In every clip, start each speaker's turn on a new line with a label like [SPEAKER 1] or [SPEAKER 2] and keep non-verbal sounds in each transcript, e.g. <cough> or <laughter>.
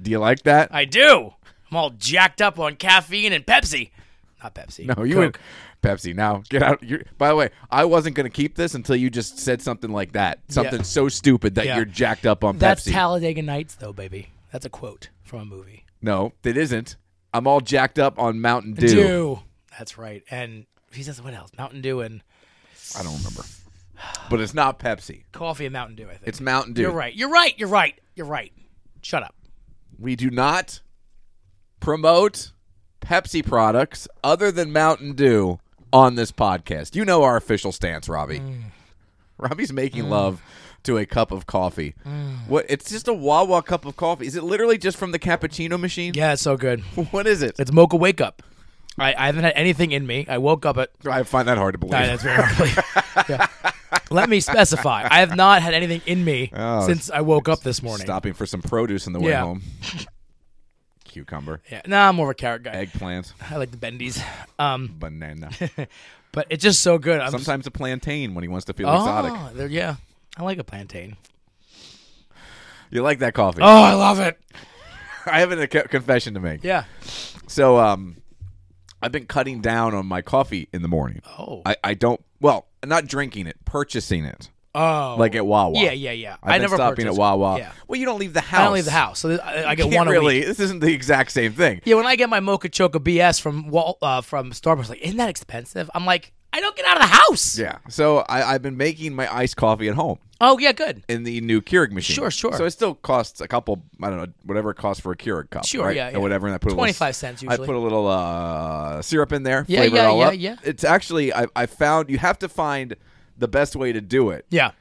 [SPEAKER 1] Do you like that?
[SPEAKER 2] I do. I'm all jacked up on caffeine and Pepsi. Not
[SPEAKER 1] <laughs>
[SPEAKER 2] Pepsi.
[SPEAKER 1] no, you
[SPEAKER 2] Coke.
[SPEAKER 1] and Pepsi. Now get out. You're, by the way, I wasn't going to keep this until you just said something like that. Something so stupid that
[SPEAKER 2] Yeah.
[SPEAKER 1] you're jacked up on
[SPEAKER 2] That's
[SPEAKER 1] Pepsi.
[SPEAKER 2] Talladega Nights, though, baby. That's a quote from a movie.
[SPEAKER 1] no, it isn't. I'm all jacked up on Mountain Dew.
[SPEAKER 2] That's right. And he says, what else? Mountain Dew and
[SPEAKER 1] I don't remember, but it's not Pepsi.
[SPEAKER 2] coffee and Mountain Dew, I think.
[SPEAKER 1] It's Mountain Dew.
[SPEAKER 2] You're right. You're right. You're right. You're right. Shut up.
[SPEAKER 1] We do not promote Pepsi products other than Mountain Dew on this podcast. You know our official stance, Robbie.
[SPEAKER 2] Mm.
[SPEAKER 1] Robbie's making love to a cup of coffee.
[SPEAKER 2] Mm.
[SPEAKER 1] What? It's just a Wawa cup of coffee. Is it literally just from the cappuccino machine?
[SPEAKER 2] Yeah, it's so good.
[SPEAKER 1] What is it?
[SPEAKER 2] It's mocha wake up. I, I haven't had anything in me. I woke up at.
[SPEAKER 1] I find that hard to believe. <laughs>
[SPEAKER 2] Nah, that's very hard. Yeah. Let me specify. I have not had anything in me
[SPEAKER 1] Oh,
[SPEAKER 2] since I woke up this morning.
[SPEAKER 1] Stopping for some produce on the way
[SPEAKER 2] Yeah.
[SPEAKER 1] home. <laughs> Cucumber,
[SPEAKER 2] Yeah. Nah, I'm more of a carrot guy.
[SPEAKER 1] eggplant,
[SPEAKER 2] I like the bendies. Um, <laughs>
[SPEAKER 1] banana.
[SPEAKER 2] but it's just so good. I'm
[SPEAKER 1] Sometimes a plantain when he wants to feel
[SPEAKER 2] oh,
[SPEAKER 1] exotic.
[SPEAKER 2] they're- Yeah. I like a plantain.
[SPEAKER 1] You like that coffee?
[SPEAKER 2] Oh, I love it.
[SPEAKER 1] <laughs> I have a co- confession to make.
[SPEAKER 2] Yeah.
[SPEAKER 1] So um, I've been cutting down on my coffee in the morning.
[SPEAKER 2] Oh.
[SPEAKER 1] I, I don't well, not drinking it, purchasing it
[SPEAKER 2] oh.
[SPEAKER 1] like at Wawa.
[SPEAKER 2] Yeah, yeah, yeah.
[SPEAKER 1] I've
[SPEAKER 2] I
[SPEAKER 1] been
[SPEAKER 2] never
[SPEAKER 1] stopping
[SPEAKER 2] purchase-
[SPEAKER 1] at Wawa.
[SPEAKER 2] Yeah.
[SPEAKER 1] Well, you don't leave the house.
[SPEAKER 2] I don't leave the house, so I, I
[SPEAKER 1] You
[SPEAKER 2] get
[SPEAKER 1] can't
[SPEAKER 2] one a
[SPEAKER 1] really.
[SPEAKER 2] week.
[SPEAKER 1] This isn't the exact same thing.
[SPEAKER 2] Yeah, when I get my mocha choca BS from Wal- uh, from Starbucks, like isn't that expensive? I'm like, I don't get out of the house.
[SPEAKER 1] Yeah. So I, I've been making my iced coffee at home
[SPEAKER 2] Oh yeah, good.
[SPEAKER 1] in the new Keurig machine.
[SPEAKER 2] Sure, sure.
[SPEAKER 1] So it still costs a couple. I don't know whatever it costs for a Keurig cup.
[SPEAKER 2] Sure,
[SPEAKER 1] right?
[SPEAKER 2] yeah, yeah.
[SPEAKER 1] Or whatever. And I put a little-
[SPEAKER 2] 25 cents
[SPEAKER 1] I
[SPEAKER 2] usually.
[SPEAKER 1] put a little uh, syrup in there.
[SPEAKER 2] Yeah,
[SPEAKER 1] flavor it
[SPEAKER 2] yeah,
[SPEAKER 1] all
[SPEAKER 2] yeah,
[SPEAKER 1] up.
[SPEAKER 2] yeah.
[SPEAKER 1] It's actually I, I found you have to find the best way to do it.
[SPEAKER 2] Yeah.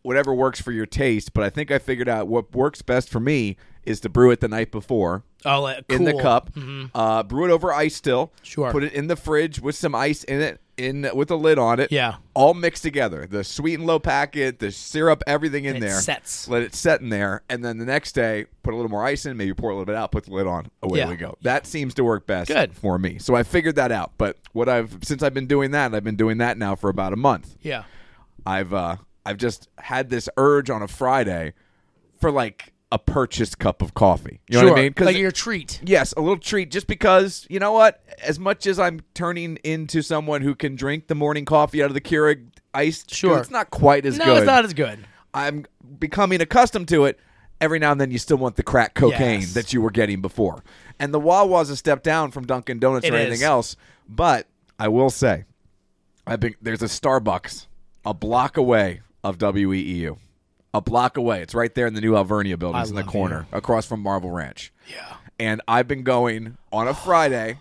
[SPEAKER 1] whatever works for your taste, but I think I figured out what works best for me is to brew it the night before
[SPEAKER 2] Oh, like,
[SPEAKER 1] in the
[SPEAKER 2] cool. Mm-hmm.
[SPEAKER 1] cup. Uh, brew it over ice still.
[SPEAKER 2] Sure.
[SPEAKER 1] Put it in the fridge with some ice in it, in with a lid on it.
[SPEAKER 2] Yeah.
[SPEAKER 1] All mixed together. The sweet and low packet, the syrup, everything in
[SPEAKER 2] And it
[SPEAKER 1] there.
[SPEAKER 2] sets.
[SPEAKER 1] Let it set in there, and then the next day put a little more ice in, maybe pour a little bit out, put the lid on. Away
[SPEAKER 2] Yeah.
[SPEAKER 1] we go. That seems to work best
[SPEAKER 2] Good.
[SPEAKER 1] for me. So I figured that out. But what I've since I've been doing that, I've been doing that now for about a month.
[SPEAKER 2] Yeah.
[SPEAKER 1] I've uh I've just had this urge on a Friday for like a purchased cup of coffee. You know
[SPEAKER 2] sure.
[SPEAKER 1] what I mean?
[SPEAKER 2] Like your treat.
[SPEAKER 1] yes, a little treat just because, you know what, as much as I'm turning into someone who can drink the morning coffee out of the Keurig iced 'cause
[SPEAKER 2] Sure.
[SPEAKER 1] it's not quite as
[SPEAKER 2] no,
[SPEAKER 1] good.
[SPEAKER 2] it's not as good.
[SPEAKER 1] I'm becoming accustomed to it. Every now and then, you still want the crack cocaine
[SPEAKER 2] Yes.
[SPEAKER 1] that you were getting before, and the Wawa's a step down from Dunkin' Donuts
[SPEAKER 2] It
[SPEAKER 1] or
[SPEAKER 2] is.
[SPEAKER 1] anything else. But I will say, I think there's a Starbucks a block away of WEEU, a block away. It's right there in the new Alvernia buildings in the
[SPEAKER 2] love
[SPEAKER 1] corner, across from Marble Ranch.
[SPEAKER 2] Yeah.
[SPEAKER 1] And I've been going on a Friday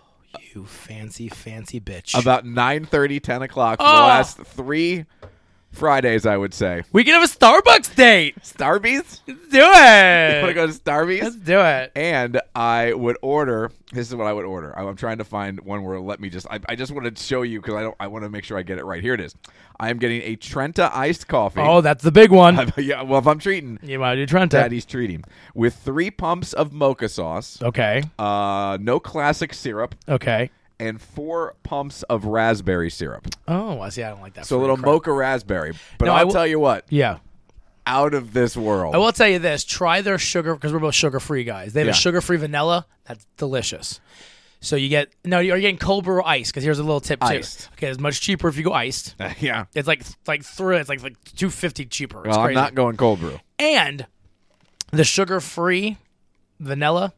[SPEAKER 2] You fancy, fancy bitch.
[SPEAKER 1] about 9.30, 10 o'clock for the
[SPEAKER 2] Oh.
[SPEAKER 1] last three Fridays, I would say.
[SPEAKER 2] we can have a Starbucks date.
[SPEAKER 1] Starbies?
[SPEAKER 2] Let's
[SPEAKER 1] <laughs>
[SPEAKER 2] do
[SPEAKER 1] Want to
[SPEAKER 2] it.
[SPEAKER 1] go to Starbies?
[SPEAKER 2] Let's do it.
[SPEAKER 1] and I would order. This is what I would order. I- I'm trying to find one where let me just. I, I just want to show you because I don't. I want to make sure I get it right. Here it is. I am getting a Trenta iced coffee.
[SPEAKER 2] Oh, that's the big one.
[SPEAKER 1] <laughs> yeah. Well, if I'm <laughs> treating,
[SPEAKER 2] you want to do Trenta?
[SPEAKER 1] Daddy's treating with three pumps of mocha sauce,
[SPEAKER 2] Okay.
[SPEAKER 1] uh, no classic syrup,
[SPEAKER 2] Okay.
[SPEAKER 1] and four pumps of raspberry syrup.
[SPEAKER 2] Oh, I see. I don't like that.
[SPEAKER 1] So a
[SPEAKER 2] fruit
[SPEAKER 1] little
[SPEAKER 2] crap.
[SPEAKER 1] mocha raspberry. But
[SPEAKER 2] No, I
[SPEAKER 1] I'll
[SPEAKER 2] will-
[SPEAKER 1] tell you what,
[SPEAKER 2] Yeah.
[SPEAKER 1] out of this world.
[SPEAKER 2] I will tell you this: try their sugar because we're both sugar-free guys. They have
[SPEAKER 1] Yeah.
[SPEAKER 2] a sugar-free vanilla that's delicious. So you get no, you're getting cold brew or ice. Because here's a little tip too.
[SPEAKER 1] Iced.
[SPEAKER 2] Okay, it's much cheaper if you go iced.
[SPEAKER 1] <laughs> yeah.
[SPEAKER 2] It's like like through it's like like two fifty cheaper. It's
[SPEAKER 1] Well, I'm
[SPEAKER 2] crazy.
[SPEAKER 1] not going cold brew.
[SPEAKER 2] and the sugar-free vanilla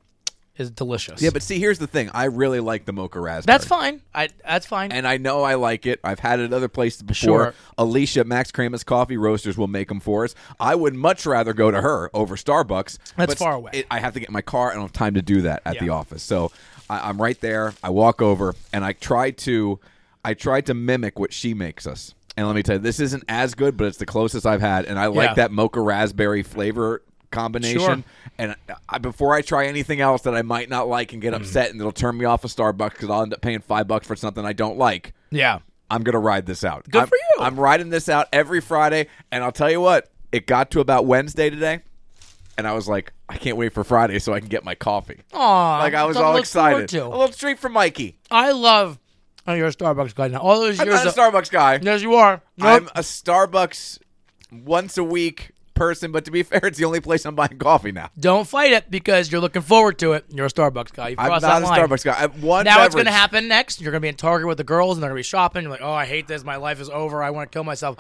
[SPEAKER 2] is delicious.
[SPEAKER 1] Yeah, but see, here's the thing. I really like the mocha raspberry.
[SPEAKER 2] that's fine. I that's fine.
[SPEAKER 1] and I know I like it. I've had it other places before.
[SPEAKER 2] Mm-hmm. Sure.
[SPEAKER 1] Alicia Max Kramus Coffee Roasters will make them for us. I would much rather go to her over Starbucks.
[SPEAKER 2] That's
[SPEAKER 1] but
[SPEAKER 2] far away.
[SPEAKER 1] It, I have to get in my car. I don't have time to do that at the
[SPEAKER 2] Yeah.
[SPEAKER 1] office. So I, I'm right there. I walk over and I try to, I try to mimic what she makes us. And let me tell you, this isn't as good, but it's the closest I've had. And I like
[SPEAKER 2] Yeah.
[SPEAKER 1] that mocha raspberry flavor combination.
[SPEAKER 2] Sure.
[SPEAKER 1] And I, before I try anything else that I might not like and get
[SPEAKER 2] Mm-hmm.
[SPEAKER 1] upset and it'll turn me off of Starbucks because I'll end up paying five bucks for something I don't like,
[SPEAKER 2] yeah.
[SPEAKER 1] I'm gonna ride this out.
[SPEAKER 2] Good
[SPEAKER 1] I'm,
[SPEAKER 2] for you.
[SPEAKER 1] I'm riding this out every Friday, and I'll tell you what, it got to about Wednesday today, and I was like, I can't wait for Friday so I can get my coffee.
[SPEAKER 2] Aw,
[SPEAKER 1] like I was
[SPEAKER 2] something
[SPEAKER 1] all
[SPEAKER 2] to Oh, look forward
[SPEAKER 1] excited. Oh, A
[SPEAKER 2] to.
[SPEAKER 1] little treat for Mikey.
[SPEAKER 2] I love. Oh, you're a Starbucks guy now. All those
[SPEAKER 1] I'm
[SPEAKER 2] years.
[SPEAKER 1] not a Starbucks guy.
[SPEAKER 2] yes, you are. Nope.
[SPEAKER 1] I'm a Starbucks once a week person, but to be <laughs> fair, it's the only place I'm buying coffee now.
[SPEAKER 2] Don't fight it because you're looking forward to it. You're a Starbucks guy. You
[SPEAKER 1] I'm
[SPEAKER 2] cross
[SPEAKER 1] not
[SPEAKER 2] that
[SPEAKER 1] a
[SPEAKER 2] line.
[SPEAKER 1] Starbucks guy. I, one
[SPEAKER 2] Now
[SPEAKER 1] beverage.
[SPEAKER 2] it's going to happen next. You're going to be in Target with the girls, and they're going to be shopping. You're like, oh, I hate this. My life is over. I want to kill myself.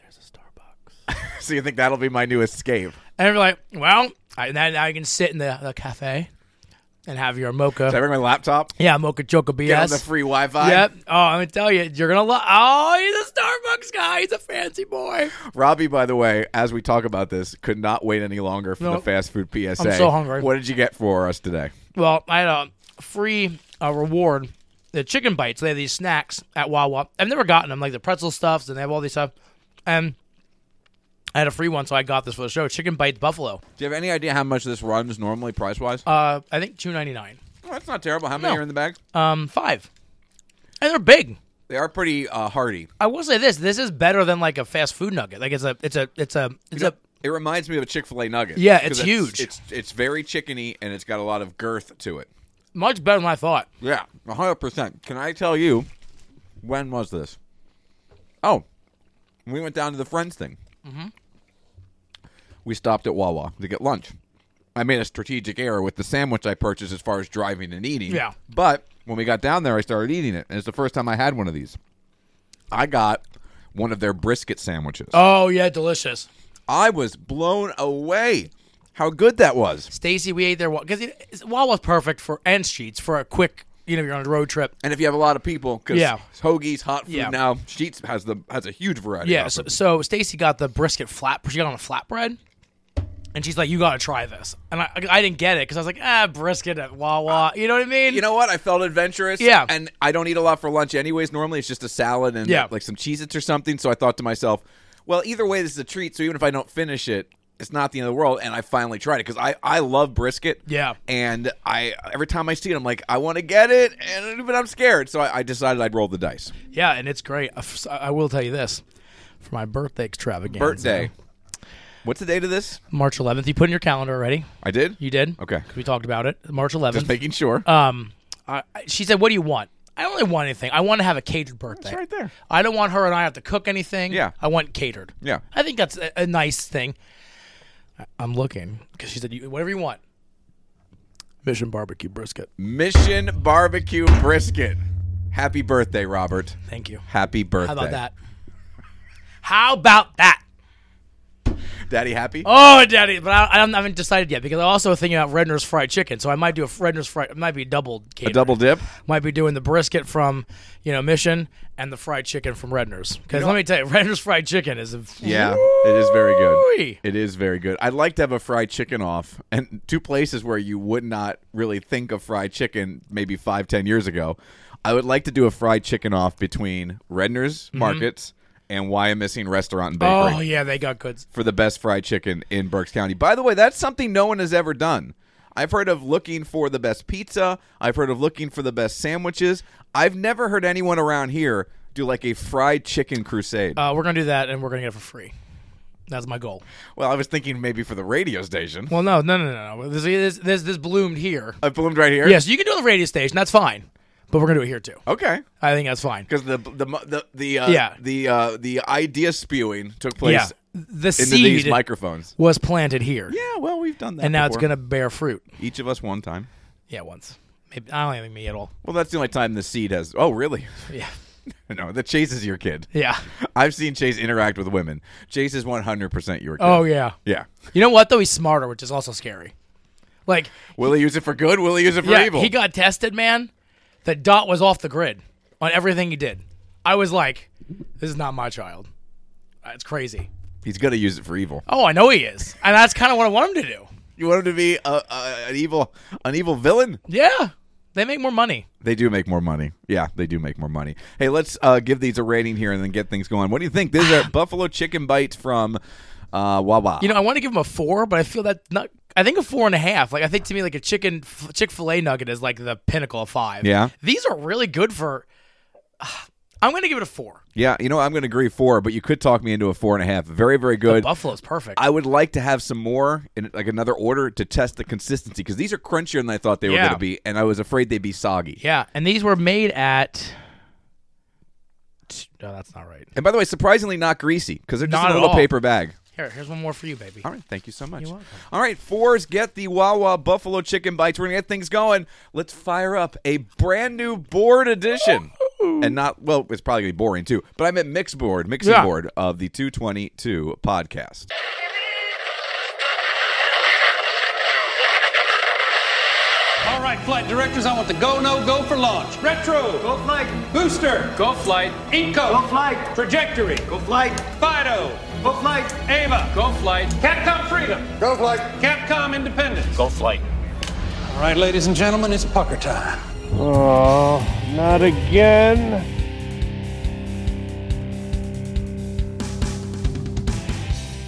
[SPEAKER 2] There's a Starbucks.
[SPEAKER 1] So you think that'll be my new escape?
[SPEAKER 2] And you're like, well, I, now, now you can sit in the, the cafe and have your mocha.
[SPEAKER 1] Should I bring my laptop?
[SPEAKER 2] yeah, mocha choco BS.
[SPEAKER 1] Get on the free Wi-Fi.
[SPEAKER 2] Yep. Oh, I'm gonna tell you, you're gonna love. Oh, he's a Starbucks guy. He's a fancy boy.
[SPEAKER 1] Robbie, by the way, as we talk about this, could not wait any longer for the
[SPEAKER 2] No.
[SPEAKER 1] fast food PSA.
[SPEAKER 2] I'm so hungry.
[SPEAKER 1] What did you get for us today?
[SPEAKER 2] Well, I had a free uh, reward. The chicken bites. They have these snacks at Wawa. I've never gotten them, like the pretzel stuffs, and they have all these stuff. And I had a free one, so I got this for the show. Chicken bites buffalo.
[SPEAKER 1] Do you have any idea how much this runs normally price wise?
[SPEAKER 2] Uh, I think two ninety nine.
[SPEAKER 1] that's not terrible. How many
[SPEAKER 2] no.
[SPEAKER 1] are in the bag?
[SPEAKER 2] Um, five, and they're big.
[SPEAKER 1] They are pretty uh, hearty.
[SPEAKER 2] I will say this: this is better than like a fast food nugget. Like it's a, it's a, it's a, it's a.
[SPEAKER 1] It reminds me of a Chick Fil A nugget.
[SPEAKER 2] Yeah,
[SPEAKER 1] 'Cause
[SPEAKER 2] it's huge.
[SPEAKER 1] It's it's very chickeny and it's got a lot of girth to it.
[SPEAKER 2] much better than I thought.
[SPEAKER 1] Yeah, hundred percent. Can I tell you when was this? Oh, we went down to the friends thing. Mm-hmm. We stopped at Wawa to get lunch. I made a strategic error with the sandwich I purchased as far as driving and eating.
[SPEAKER 2] Yeah.
[SPEAKER 1] But when we got down there, I started eating it, and it's the first time I had one of these. I got one of their brisket sandwiches.
[SPEAKER 2] Oh yeah, delicious.
[SPEAKER 1] I was blown away how good that was.
[SPEAKER 2] Stacy, we ate there because Wawa's perfect for and sheets for a quick, you know, you're on a road trip.
[SPEAKER 1] And if you have a lot of people, because
[SPEAKER 2] Yeah.
[SPEAKER 1] hoagies, hot food
[SPEAKER 2] Yeah.
[SPEAKER 1] now, Sheets has the has a huge variety.
[SPEAKER 2] Yeah.
[SPEAKER 1] of
[SPEAKER 2] So,
[SPEAKER 1] them.
[SPEAKER 2] so Stacy got the brisket flat. She got on a flatbread, and she's like, "You got to try this." And I, I didn't get it because I was like, "Ah, brisket at Wawa." You know what I mean?
[SPEAKER 1] you know what? I felt adventurous.
[SPEAKER 2] Yeah.
[SPEAKER 1] And I don't eat a lot for lunch anyways. Normally it's just a salad and
[SPEAKER 2] Yeah.
[SPEAKER 1] like some Cheez Its or something. So I thought to myself, well, either way, this is a treat. So even if I don't finish it, it's not the end of the world. And I finally tried it because I, I love brisket.
[SPEAKER 2] Yeah.
[SPEAKER 1] And I every time I see it, I'm like, I want to get it. And but I'm scared. So I, I decided I'd roll the dice.
[SPEAKER 2] Yeah, and it's great. I f- I will tell you this: for my birthday extravaganza,
[SPEAKER 1] Birthday. What's the date of this?
[SPEAKER 2] March 11th. You put in your calendar already.
[SPEAKER 1] I did?
[SPEAKER 2] You did.
[SPEAKER 1] Okay.
[SPEAKER 2] 'Cause We talked about it. March 11th.
[SPEAKER 1] Just making sure.
[SPEAKER 2] um, I, I- she said, "What do you want?" I don't really want anything. I want to have a catered birthday.
[SPEAKER 1] it's right there.
[SPEAKER 2] I don't want her and I have to cook anything.
[SPEAKER 1] Yeah.
[SPEAKER 2] I want catered.
[SPEAKER 1] Yeah.
[SPEAKER 2] I think that's a, a nice thing. I- I'm looking because she said, you, whatever you want. Mission barbecue brisket.
[SPEAKER 1] Mission barbecue brisket. Happy birthday, Robert.
[SPEAKER 2] Thank you.
[SPEAKER 1] Happy birthday.
[SPEAKER 2] How about that? How about that?
[SPEAKER 1] Daddy happy?
[SPEAKER 2] Oh, daddy. But I, I haven't decided yet because I'm also thinking about Redner's fried chicken. So I might do a Redner's fried, it might be double catered.
[SPEAKER 1] A double dip?
[SPEAKER 2] might be doing the brisket from, you know, Mission and the fried chicken from Redner's. Because let me tell you, Redner's fried chicken is a
[SPEAKER 1] Yeah, it is very good.
[SPEAKER 2] Woo-wee.
[SPEAKER 1] It is very good. I'd like to have a fried chicken off, and two places where you would not really think of fried chicken maybe five, ten years ago. I would like to do a fried chicken off between Redner's Markets and Why I'm Missing Restaurant and Bakery
[SPEAKER 2] Mm-hmm. Oh yeah, they got goods.
[SPEAKER 1] for the best fried chicken in Berks County. By the way, that's something no one has ever done. I've heard of looking for the best pizza. I've heard of looking for the best sandwiches. I've never heard anyone around here do like a fried chicken crusade.
[SPEAKER 2] Uh, we're gonna do that, and we're gonna get it for free. That's my goal.
[SPEAKER 1] well, I was thinking maybe for the radio station.
[SPEAKER 2] Well, no, no, no, no, no. This this this, this bloomed here.
[SPEAKER 1] I bloomed right here.
[SPEAKER 2] Yes, you can do it on the radio station. That's fine, but we're gonna do it here too.
[SPEAKER 1] Okay.
[SPEAKER 2] I think that's fine.
[SPEAKER 1] Because the the the the uh,
[SPEAKER 2] Yeah.
[SPEAKER 1] the uh, the idea spewing took place
[SPEAKER 2] Yeah, the
[SPEAKER 1] into these
[SPEAKER 2] seed
[SPEAKER 1] microphones.
[SPEAKER 2] was planted here,
[SPEAKER 1] Yeah. Well, we've done that.
[SPEAKER 2] and now it's
[SPEAKER 1] before.
[SPEAKER 2] gonna bear fruit.
[SPEAKER 1] each of us one time.
[SPEAKER 2] Yeah, once. Maybe I don't think me at all.
[SPEAKER 1] Well, that's the only time the seed has. Oh, really? <laughs>
[SPEAKER 2] Yeah,
[SPEAKER 1] no, that Chase is your kid.
[SPEAKER 2] yeah.
[SPEAKER 1] I've seen Chase interact with women. Chase is one hundred percent your kid.
[SPEAKER 2] Oh yeah.
[SPEAKER 1] yeah.
[SPEAKER 2] You know what though? He's smarter, which is also scary. Like,
[SPEAKER 1] Will he use it for good? Will he use it for
[SPEAKER 2] yeah,
[SPEAKER 1] evil?
[SPEAKER 2] he got tested, man. The dot was off the grid on everything he did. I was like, this is not my child. Uh, It's crazy.
[SPEAKER 1] He's gonna use it for evil.
[SPEAKER 2] Oh, I know he is, and that's kind of what I want him to do.
[SPEAKER 1] You want him to be a, a, an evil, an evil villain?
[SPEAKER 2] Yeah, they make more money.
[SPEAKER 1] They do make more money. Yeah, they do make more money. Hey, let's uh, give these a rating here and then get things going. What do you think? This is
[SPEAKER 2] <sighs>
[SPEAKER 1] a buffalo chicken bite from uh, Wawa.
[SPEAKER 2] You know, I want to give him a four, but I feel that not. I think a four and a half. Like I think to me, like a chicken Chick Fil A nugget is like the pinnacle of five.
[SPEAKER 1] Yeah.
[SPEAKER 2] these are really good for. <sighs> I'm gonna give it a four.
[SPEAKER 1] yeah, you know, I'm going to agree four, but you could talk me into a four and a half. Very, very good.
[SPEAKER 2] Buffalo's perfect.
[SPEAKER 1] I would like to have some more in like another order to test the consistency because these are crunchier than I thought they were
[SPEAKER 2] Yeah.
[SPEAKER 1] going to be, and I was afraid they'd be soggy.
[SPEAKER 2] yeah, and these were made at. No, that's not right.
[SPEAKER 1] And by the way, surprisingly not greasy because they're just
[SPEAKER 2] Not
[SPEAKER 1] in a
[SPEAKER 2] at
[SPEAKER 1] little
[SPEAKER 2] all.
[SPEAKER 1] paper bag.
[SPEAKER 2] Here, here's one more for you, baby.
[SPEAKER 1] All right, thank you so much.
[SPEAKER 2] You're welcome.
[SPEAKER 1] All right, fours, get the Wawa Buffalo Chicken Bites. We're gonna get things going. Let's fire up a brand new board edition, and not well. It's probably gonna be boring too, but I meant mixed board, mixing
[SPEAKER 2] Yeah.
[SPEAKER 1] board of the 222 podcast.
[SPEAKER 3] All right, flight directors, I want the go, no, go for launch. Retro. Go flight. Booster. Go flight. Inco. Go flight. Trajectory. Go flight. Fido. Go flight. Ava. Go flight. Capcom Freedom. Go flight. Capcom Independence. Go flight. All right, ladies and gentlemen, it's pucker time.
[SPEAKER 4] Oh, not again.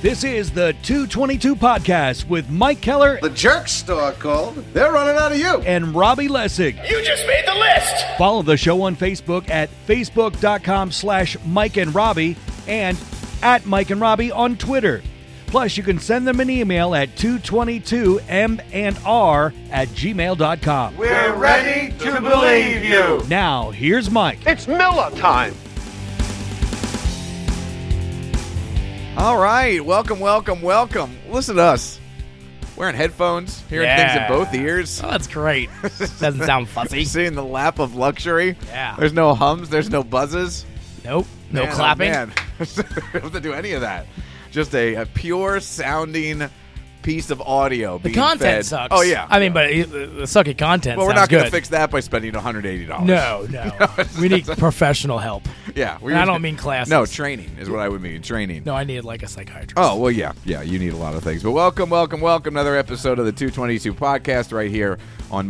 [SPEAKER 5] This is the 222 Podcast with Mike Keller
[SPEAKER 6] The jerk store called. They're running out of you.
[SPEAKER 5] and Robbie Lessig. You just made the list! Follow the show on Facebook at facebook.com slash Mike and Robbie and at Mike and Robbie on Twitter. Plus, you can send them an email at 222m&r at gmail.com.
[SPEAKER 4] We're ready to believe you.
[SPEAKER 5] Now, here's Mike.
[SPEAKER 4] It's Miller time.
[SPEAKER 1] All right, welcome, welcome, welcome. Listen to us wearing headphones, hearing things
[SPEAKER 2] Yeah.
[SPEAKER 1] in both ears.
[SPEAKER 2] Oh, that's great.
[SPEAKER 1] <laughs>
[SPEAKER 2] Doesn't sound fuzzy.
[SPEAKER 1] Seeing the lap of luxury.
[SPEAKER 2] Yeah.
[SPEAKER 1] There's no hums. There's no buzzes.
[SPEAKER 2] Nope. No
[SPEAKER 1] Man, oh,
[SPEAKER 2] clapping.
[SPEAKER 1] man. <laughs> don't have to do any of that. Just a, a pure sounding piece of audio.
[SPEAKER 2] the
[SPEAKER 1] being
[SPEAKER 2] content
[SPEAKER 1] fed.
[SPEAKER 2] sucks.
[SPEAKER 1] Oh yeah.
[SPEAKER 2] I mean, but it, the sucky content.
[SPEAKER 1] well, we're
[SPEAKER 2] sounds
[SPEAKER 1] not going
[SPEAKER 2] good.
[SPEAKER 1] to fix that by spending 180 dollars.
[SPEAKER 2] No,
[SPEAKER 1] <laughs>
[SPEAKER 2] no. we need professional help.
[SPEAKER 1] Yeah. we-
[SPEAKER 2] I don't mean classes.
[SPEAKER 1] No, training is what I would mean. Training.
[SPEAKER 2] No, I need like a psychiatrist.
[SPEAKER 1] Oh, well, yeah. Yeah, you need a lot of things. But welcome, welcome, welcome. Another episode of the 222 podcast right here on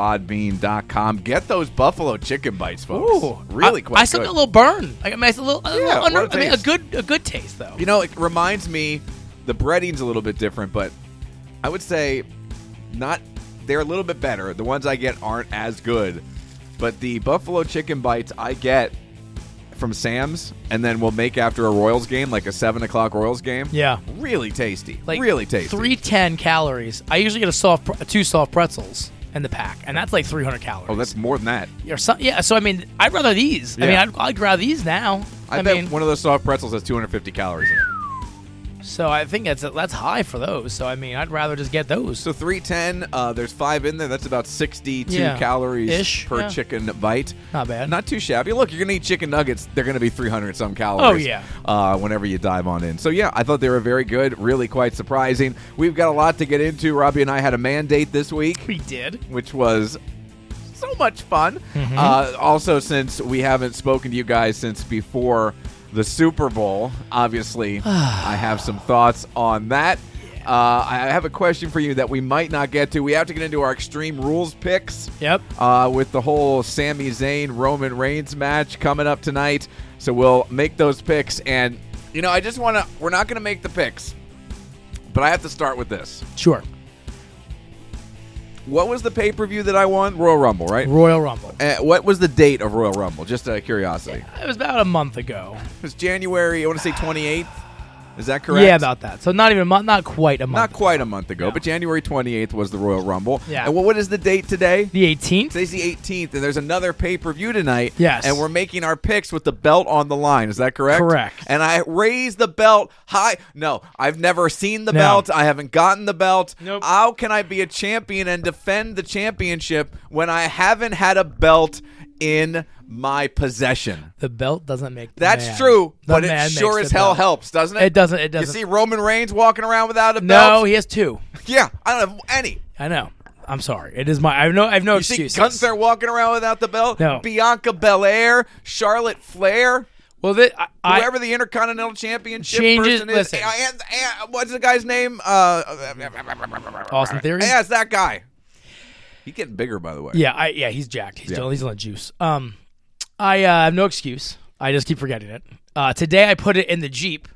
[SPEAKER 1] mikeandrobbie.podbean.com. Get those buffalo chicken bites, folks.
[SPEAKER 2] Ooh,
[SPEAKER 1] Really
[SPEAKER 2] I,
[SPEAKER 1] quite
[SPEAKER 2] I still
[SPEAKER 1] good.
[SPEAKER 2] got a little burn. Like, I mean, it's a little, a little
[SPEAKER 1] Yeah,
[SPEAKER 2] under-
[SPEAKER 1] what a
[SPEAKER 2] I mean, a
[SPEAKER 1] taste.
[SPEAKER 2] good, a good taste though.
[SPEAKER 1] You know, it reminds me the breading's a little bit different, but I would say not they're a little bit better. The ones I get aren't as good. But the buffalo chicken bites I get from Sam's and then we'll make after a Royals game, like a seven o'clock Royals game.
[SPEAKER 2] Yeah.
[SPEAKER 1] Really tasty.
[SPEAKER 2] Like
[SPEAKER 1] really tasty.
[SPEAKER 2] Three ten calories. I usually get a soft, pr- two soft pretzels in the pack, and that's like three hundred calories.
[SPEAKER 1] Oh, that's more than that.
[SPEAKER 2] or some, yeah. So I mean, I'd rather these. I
[SPEAKER 1] Yeah.
[SPEAKER 2] mean, I'd, I'd rather these now.
[SPEAKER 1] I,
[SPEAKER 2] I
[SPEAKER 1] bet
[SPEAKER 2] mean,
[SPEAKER 1] one of those soft pretzels has 250 calories in it.
[SPEAKER 2] so I think that's that's high for those. So I mean, I'd rather just get those.
[SPEAKER 1] So 310, uh, there's five in there. That's about 62
[SPEAKER 2] Yeah.
[SPEAKER 1] calories
[SPEAKER 2] Ish,
[SPEAKER 1] per
[SPEAKER 2] yeah.
[SPEAKER 1] chicken bite.
[SPEAKER 2] Not bad.
[SPEAKER 1] Not too shabby. Look, you're going to eat chicken nuggets. They're going to be 300 some calories.
[SPEAKER 2] Oh, yeah.
[SPEAKER 1] Uh, whenever you dive on in. So, yeah, I thought they were very good. Really quite surprising. We've got a lot to get into. Robbie and I had a mandate this week
[SPEAKER 2] we did.
[SPEAKER 1] which was so much fun. Uh, also, since we haven't spoken to you guys since before the Super Bowl, obviously, I have some thoughts on that. Uh, I have a question for you that we might not get to. We have to get into our extreme rules picks.
[SPEAKER 2] Yep.
[SPEAKER 1] Uh, with the whole Sami Zayn Roman Reigns match coming up tonight, so we'll make those picks. And you know, I just want to—we're not going to make the picks, but I have to start with this.
[SPEAKER 2] Sure.
[SPEAKER 1] What was the pay per view that I won? Royal Rumble, right?
[SPEAKER 2] Royal Rumble.
[SPEAKER 1] Uh, what was the date of Royal Rumble? Just out of curiosity.
[SPEAKER 2] It was about a month ago.
[SPEAKER 1] It was January, I want to say 28th. Is that correct?
[SPEAKER 2] Yeah, about that. So not even a month, not quite a month.
[SPEAKER 1] Not quite a month ago, but January 28th was the Royal Rumble.
[SPEAKER 2] Yeah.
[SPEAKER 1] And what, what is the date today?
[SPEAKER 2] the 18th.
[SPEAKER 1] Today's the 18th, and there's another pay per view tonight.
[SPEAKER 2] Yes.
[SPEAKER 1] And we're making our picks with the belt on the line. Is that correct?
[SPEAKER 2] Correct.
[SPEAKER 1] And I raise the belt high. No, I've never seen the
[SPEAKER 2] No.
[SPEAKER 1] belt. I haven't gotten the belt.
[SPEAKER 2] Nope.
[SPEAKER 1] How can I be a champion and defend the championship when I haven't had a belt in my possession?
[SPEAKER 2] The belt doesn't make. The
[SPEAKER 1] That's
[SPEAKER 2] man.
[SPEAKER 1] true,
[SPEAKER 2] The
[SPEAKER 1] but
[SPEAKER 2] man
[SPEAKER 1] it
[SPEAKER 2] makes
[SPEAKER 1] sure
[SPEAKER 2] the
[SPEAKER 1] as hell
[SPEAKER 2] belt.
[SPEAKER 1] helps, doesn't it?
[SPEAKER 2] It doesn't- it
[SPEAKER 1] You
[SPEAKER 2] doesn't.
[SPEAKER 1] see Roman Reigns walking around without a
[SPEAKER 2] No,
[SPEAKER 1] belt?
[SPEAKER 2] he has two.
[SPEAKER 1] yeah, I don't have any.
[SPEAKER 2] I know. I'm sorry. It is my. I have no. I have no
[SPEAKER 1] You see
[SPEAKER 2] excuses.
[SPEAKER 1] Gunther walking around without the belt?
[SPEAKER 2] No.
[SPEAKER 1] Bianca Belair, Charlotte Flair,
[SPEAKER 2] Well, thi- I, I,
[SPEAKER 1] whoever the Intercontinental Championship
[SPEAKER 2] Changes-
[SPEAKER 1] person is.
[SPEAKER 2] listen.
[SPEAKER 1] And, and- what's the guy's name? Uh,
[SPEAKER 2] Austin Theory.
[SPEAKER 1] Yeah, it's that guy. He's getting bigger, by the way.
[SPEAKER 2] Yeah, I yeah, he's jacked. He's still he's on juice. Um I uh, have no excuse. I just keep forgetting it. Uh, today I put it in the Jeep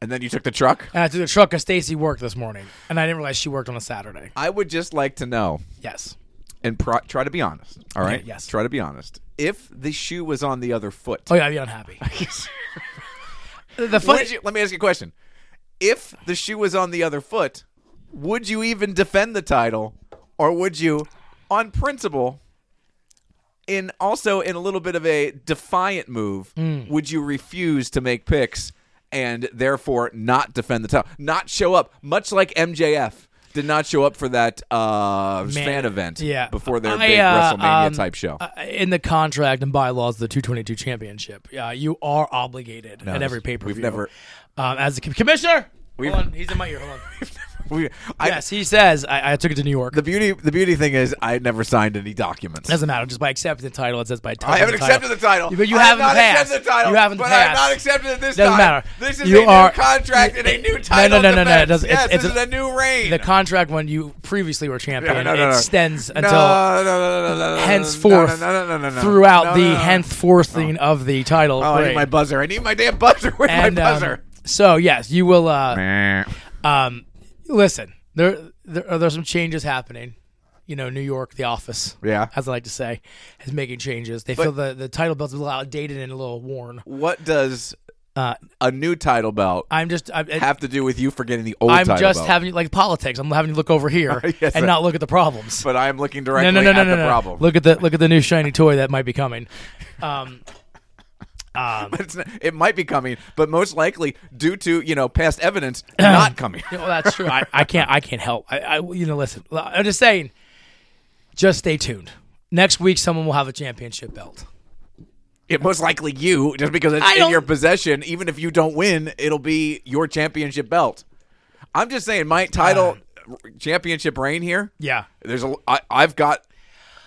[SPEAKER 1] And then you took the truck?
[SPEAKER 2] and I took the truck because Stacy worked this morning and I didn't realize she worked on a Saturday.
[SPEAKER 1] I would just like to know
[SPEAKER 2] Yes.
[SPEAKER 1] and pro- try to be honest. All right?
[SPEAKER 2] yes.
[SPEAKER 1] Try to be honest. If the shoe was on the other foot.
[SPEAKER 2] Oh yeah, I'd
[SPEAKER 1] <laughs>
[SPEAKER 2] be unhappy. the funny
[SPEAKER 1] Would you- let me ask you a question. If the shoe was on the other foot, would you even defend the title, or would you, on principle, in
[SPEAKER 2] Hmm.
[SPEAKER 1] also in a little bit of a defiant move, would you refuse to make picks and therefore not defend the title, not show up, much like MJF did not show up for that uh, fan event
[SPEAKER 2] yeah.
[SPEAKER 1] before their
[SPEAKER 2] I,
[SPEAKER 1] big
[SPEAKER 2] uh,
[SPEAKER 1] WrestleMania
[SPEAKER 2] um,
[SPEAKER 1] type show.
[SPEAKER 2] Uh, in the contract and bylaws of the 222 championship, uh, you are obligated at every pay per view.
[SPEAKER 1] we've never-
[SPEAKER 2] um, as the com- commissioner.
[SPEAKER 1] We've-
[SPEAKER 2] hold on, he's in my ear. Hold on.
[SPEAKER 1] <laughs> We- I-
[SPEAKER 2] yes, he says I, I took it to New York.
[SPEAKER 1] The beauty, the beauty thing is, I never signed any documents.
[SPEAKER 2] doesn't matter. Just by accepting the title, it says by.
[SPEAKER 1] I haven't
[SPEAKER 2] touching
[SPEAKER 1] accepted the title.
[SPEAKER 2] But you
[SPEAKER 1] I have
[SPEAKER 2] haven't
[SPEAKER 1] not
[SPEAKER 2] passed.
[SPEAKER 1] accepted the title.
[SPEAKER 2] You haven't
[SPEAKER 1] but I have
[SPEAKER 2] passed.
[SPEAKER 1] not accepted it this
[SPEAKER 2] Doesn't
[SPEAKER 1] time.
[SPEAKER 2] matter.
[SPEAKER 1] This is
[SPEAKER 2] You
[SPEAKER 1] a
[SPEAKER 2] are-
[SPEAKER 1] new contract and a
[SPEAKER 2] No,
[SPEAKER 1] new
[SPEAKER 2] no,
[SPEAKER 1] title.
[SPEAKER 2] no, no, no,
[SPEAKER 1] defense.
[SPEAKER 2] it doesn't-
[SPEAKER 1] Yes,
[SPEAKER 2] it's-
[SPEAKER 1] this
[SPEAKER 2] it's
[SPEAKER 1] is a new reign.
[SPEAKER 2] The contract when you previously were champion
[SPEAKER 1] No, no, no,
[SPEAKER 2] it
[SPEAKER 1] no.
[SPEAKER 2] extends
[SPEAKER 1] No,
[SPEAKER 2] until
[SPEAKER 1] no, no, no, no, no, no,
[SPEAKER 2] henceforth
[SPEAKER 1] no, no, no, no, no, no.
[SPEAKER 2] throughout
[SPEAKER 1] No,
[SPEAKER 2] the
[SPEAKER 1] no, no.
[SPEAKER 2] henceforthing of the title.
[SPEAKER 1] Oh, I need
[SPEAKER 2] reign.
[SPEAKER 1] my buzzer. I need my damn buzzer. <laughs> Where's
[SPEAKER 2] and
[SPEAKER 1] my
[SPEAKER 2] um,
[SPEAKER 1] buzzer?
[SPEAKER 2] so yes, you will. Uh, um, listen, there there are there some changes happening. You know, New York, the office,
[SPEAKER 1] Yeah.
[SPEAKER 2] as I like to say, is making changes. They feel the the title belt's a little outdated and a little worn.
[SPEAKER 1] What does
[SPEAKER 2] Uh,
[SPEAKER 1] a new title belt
[SPEAKER 2] I'm just I'm,
[SPEAKER 1] have to do with you forgetting the old
[SPEAKER 2] I'm
[SPEAKER 1] title
[SPEAKER 2] just
[SPEAKER 1] belt?
[SPEAKER 2] having like politics. I'm having you look over here
[SPEAKER 1] <laughs> Yes,
[SPEAKER 2] and
[SPEAKER 1] I-
[SPEAKER 2] not look at the problems.
[SPEAKER 1] but I'm looking
[SPEAKER 2] no,
[SPEAKER 1] directly
[SPEAKER 2] no, no, no,
[SPEAKER 1] at
[SPEAKER 2] no,
[SPEAKER 1] the
[SPEAKER 2] no.
[SPEAKER 1] problem.
[SPEAKER 2] Look at the look at the new shiny toy that might be coming. Um,
[SPEAKER 1] <laughs> It's not- it might be coming, but most likely, due to you know past
[SPEAKER 2] <clears throat>
[SPEAKER 1] evidence, not coming.
[SPEAKER 2] you know, that's true. I, I can't. I can't help. I, I, you know, listen. I'm just saying. Just stay tuned. Next week, someone will have a championship belt.
[SPEAKER 1] It most likely you, just because it's
[SPEAKER 2] I
[SPEAKER 1] in
[SPEAKER 2] don't-
[SPEAKER 1] your possession. Even if you don't win, it'll be your championship belt. I'm just saying, my title championship reign here.
[SPEAKER 2] Uh, Yeah.
[SPEAKER 1] There's a I, I've got